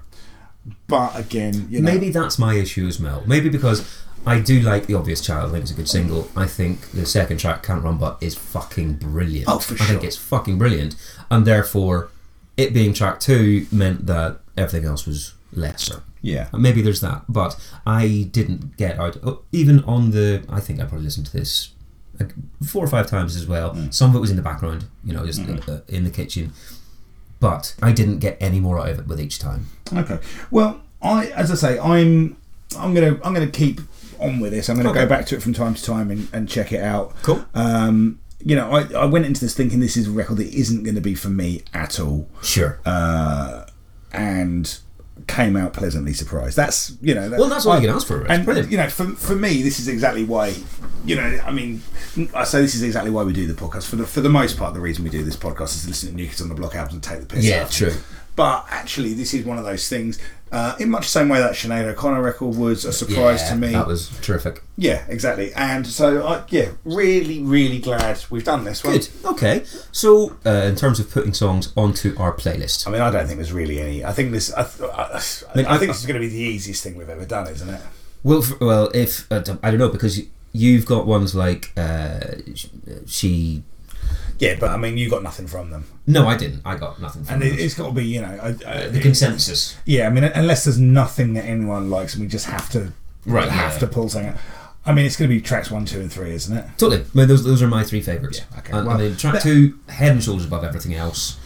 But again, you know, Maybe that's my issue as well. Maybe because I do like The Obvious Child. I think it's a good single. I think the second track, Can't Run But, is fucking brilliant. Oh, for I think sure. it's fucking brilliant. And therefore, it being track two meant that everything else was lesser. yeah, And Maybe there's that, but I didn't get out. oh, Even on the, I think I probably listened to this like four or five times as well. Mm. Some of it was in the background, you know, just Mm-hmm. uh, in the kitchen. But I didn't get any more out of it with each time. Okay. Well, I as I say, I'm I'm gonna I'm gonna keep on with this. I'm gonna go Okay. back to it from time to time and, and check it out. Cool. Um, you know, I, I went into this thinking this is a record that isn't going to be for me at all, Sure. uh, and came out pleasantly surprised. That's you know. That, Well, that's all you can ask for, Rich. And Brilliant. you know, for, for me, this is exactly why. You know, I mean, I say this is exactly why we do the podcast. For the for the most part, the reason we do this podcast is to listen to New Kids on the Block albums and take the piss. Yeah, out of true. them. But actually, this is one of those things. Uh, in much the same way that Sinead O'Connor record was a surprise Yeah, to me. That was terrific. yeah, exactly. And so, I, yeah, really, really glad we've done this one. Good. Okay. So, uh, in terms of putting songs onto our playlist, I mean, I don't think there's really any. I think this. I, th- I, I, mean, I think I- this is going to be the easiest thing we've ever done, isn't it? well, f well, if uh, I don't know because y- you've got ones like uh, sh- she. Yeah, but I mean, you got nothing from them, No, I didn't. I got nothing from and it, those. it's got to be, you know, I, I, the consensus. yeah. I mean, unless there's nothing that anyone likes, and we just have to, Right, have yeah. to pull something. out. I mean, it's going to be tracks one, two, and three, isn't it? Totally. I mean, those those are my three favourites. Yeah, okay. I- I, Well, mean, track that- two, head and shoulders above everything else.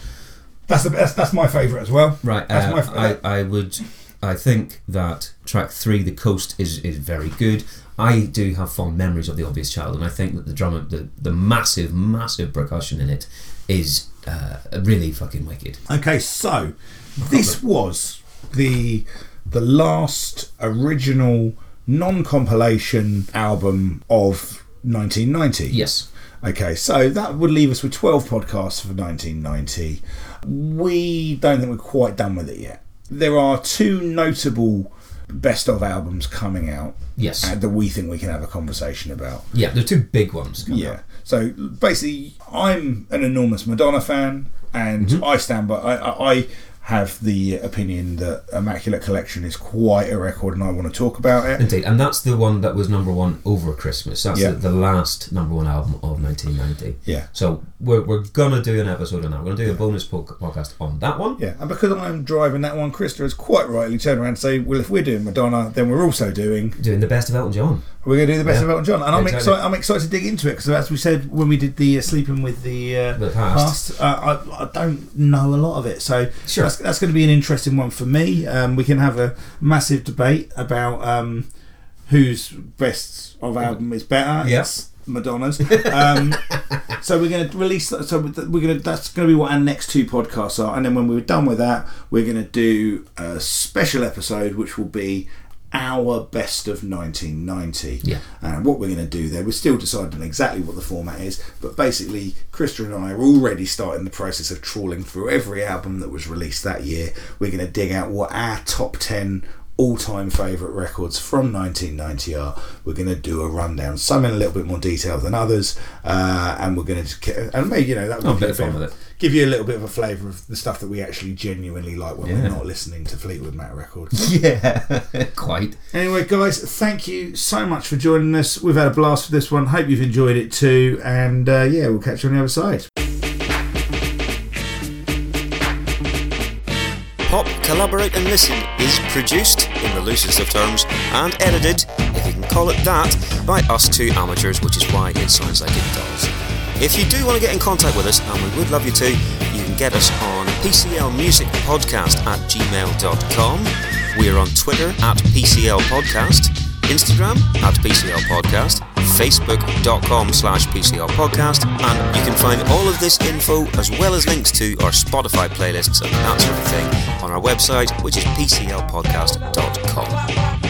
That's the best. That's my favourite as well. Right. That's uh, my f- I, I would. I think that track three, the coast, is is very good. I do have fond memories of the obvious child, and I think that the drum, the the massive, massive percussion in it, is uh, really fucking wicked. Okay, so this was the the last original non-compilation album of 1990. Yes. Okay, so that would leave us with 12 podcasts for 1990. We don't think we're quite done with it yet. There are two notable best of albums coming out Yes. uh, that we think we can have a conversation about. yeah, they're two big ones. coming Yeah. up. So basically, I'm an enormous Madonna fan, and I stand by. I, I, I have the opinion that Immaculate Collection is quite a record, and I want to talk about it. Indeed, and that's the one that was number one over Christmas. That's Yeah. the, the last number one album of 1990. Yeah. So we're, we're gonna do an episode on that. We're gonna do a bonus po- podcast on that one. Yeah, and because I'm driving that one, Krista has quite rightly turned around and say, "Well, if we're doing Madonna, then we're also doing Doing the best of Elton John. we're going to do the best Yeah. of Elton John." And I'm Exactly. excited. I'm excited to dig into it because, as we said when we did the uh, sleeping with the uh, The past. uh, I, I don't know a lot of it, so Sure. that's, that's going to be an interesting one for me. Um, we can have a massive debate about um, whose best of album is better. Yeah. It's Madonna's. um, so we're going to release. that- So we're going to. That's going to be what our next two podcasts are, and then when we're done with that, we're going to do a special episode, which will be our best of 1990. Yeah. And what we're going to do there, we're still deciding exactly what the format is, but basically, Krista and I are already starting the process of trawling through every album that was released that year. We're going to dig out what our top 10 all time favourite records from 1990 are. We're going to do a rundown, some in a little bit more detail than others, uh, and we're going to, and maybe, you know, that Oh, will a bit of fun with it. give you a little bit of a flavour of the stuff that we actually genuinely like when Yeah. we're not listening to Fleetwood Mac records. Yeah, quite. Anyway, guys, thank you so much for joining us. We've had a blast with this one. Hope you've enjoyed it too. And uh, yeah, we'll catch you on the other side. Pop, Collaborate and Listen is produced, in the loosest of terms, and edited, if you can call it that, by us two amateurs, which is why it sounds like it does. If you do want to get in contact with us, and we would love you to, you can get us on pclmusicpodcast at gmail.com. We are on Twitter at PCL Podcast, Instagram at PCL Podcast, Facebook.com slash PCL Podcast, and you can find all of this info as well as links to our Spotify playlists and that sort of thing on our website, which is PCLpodcast.com.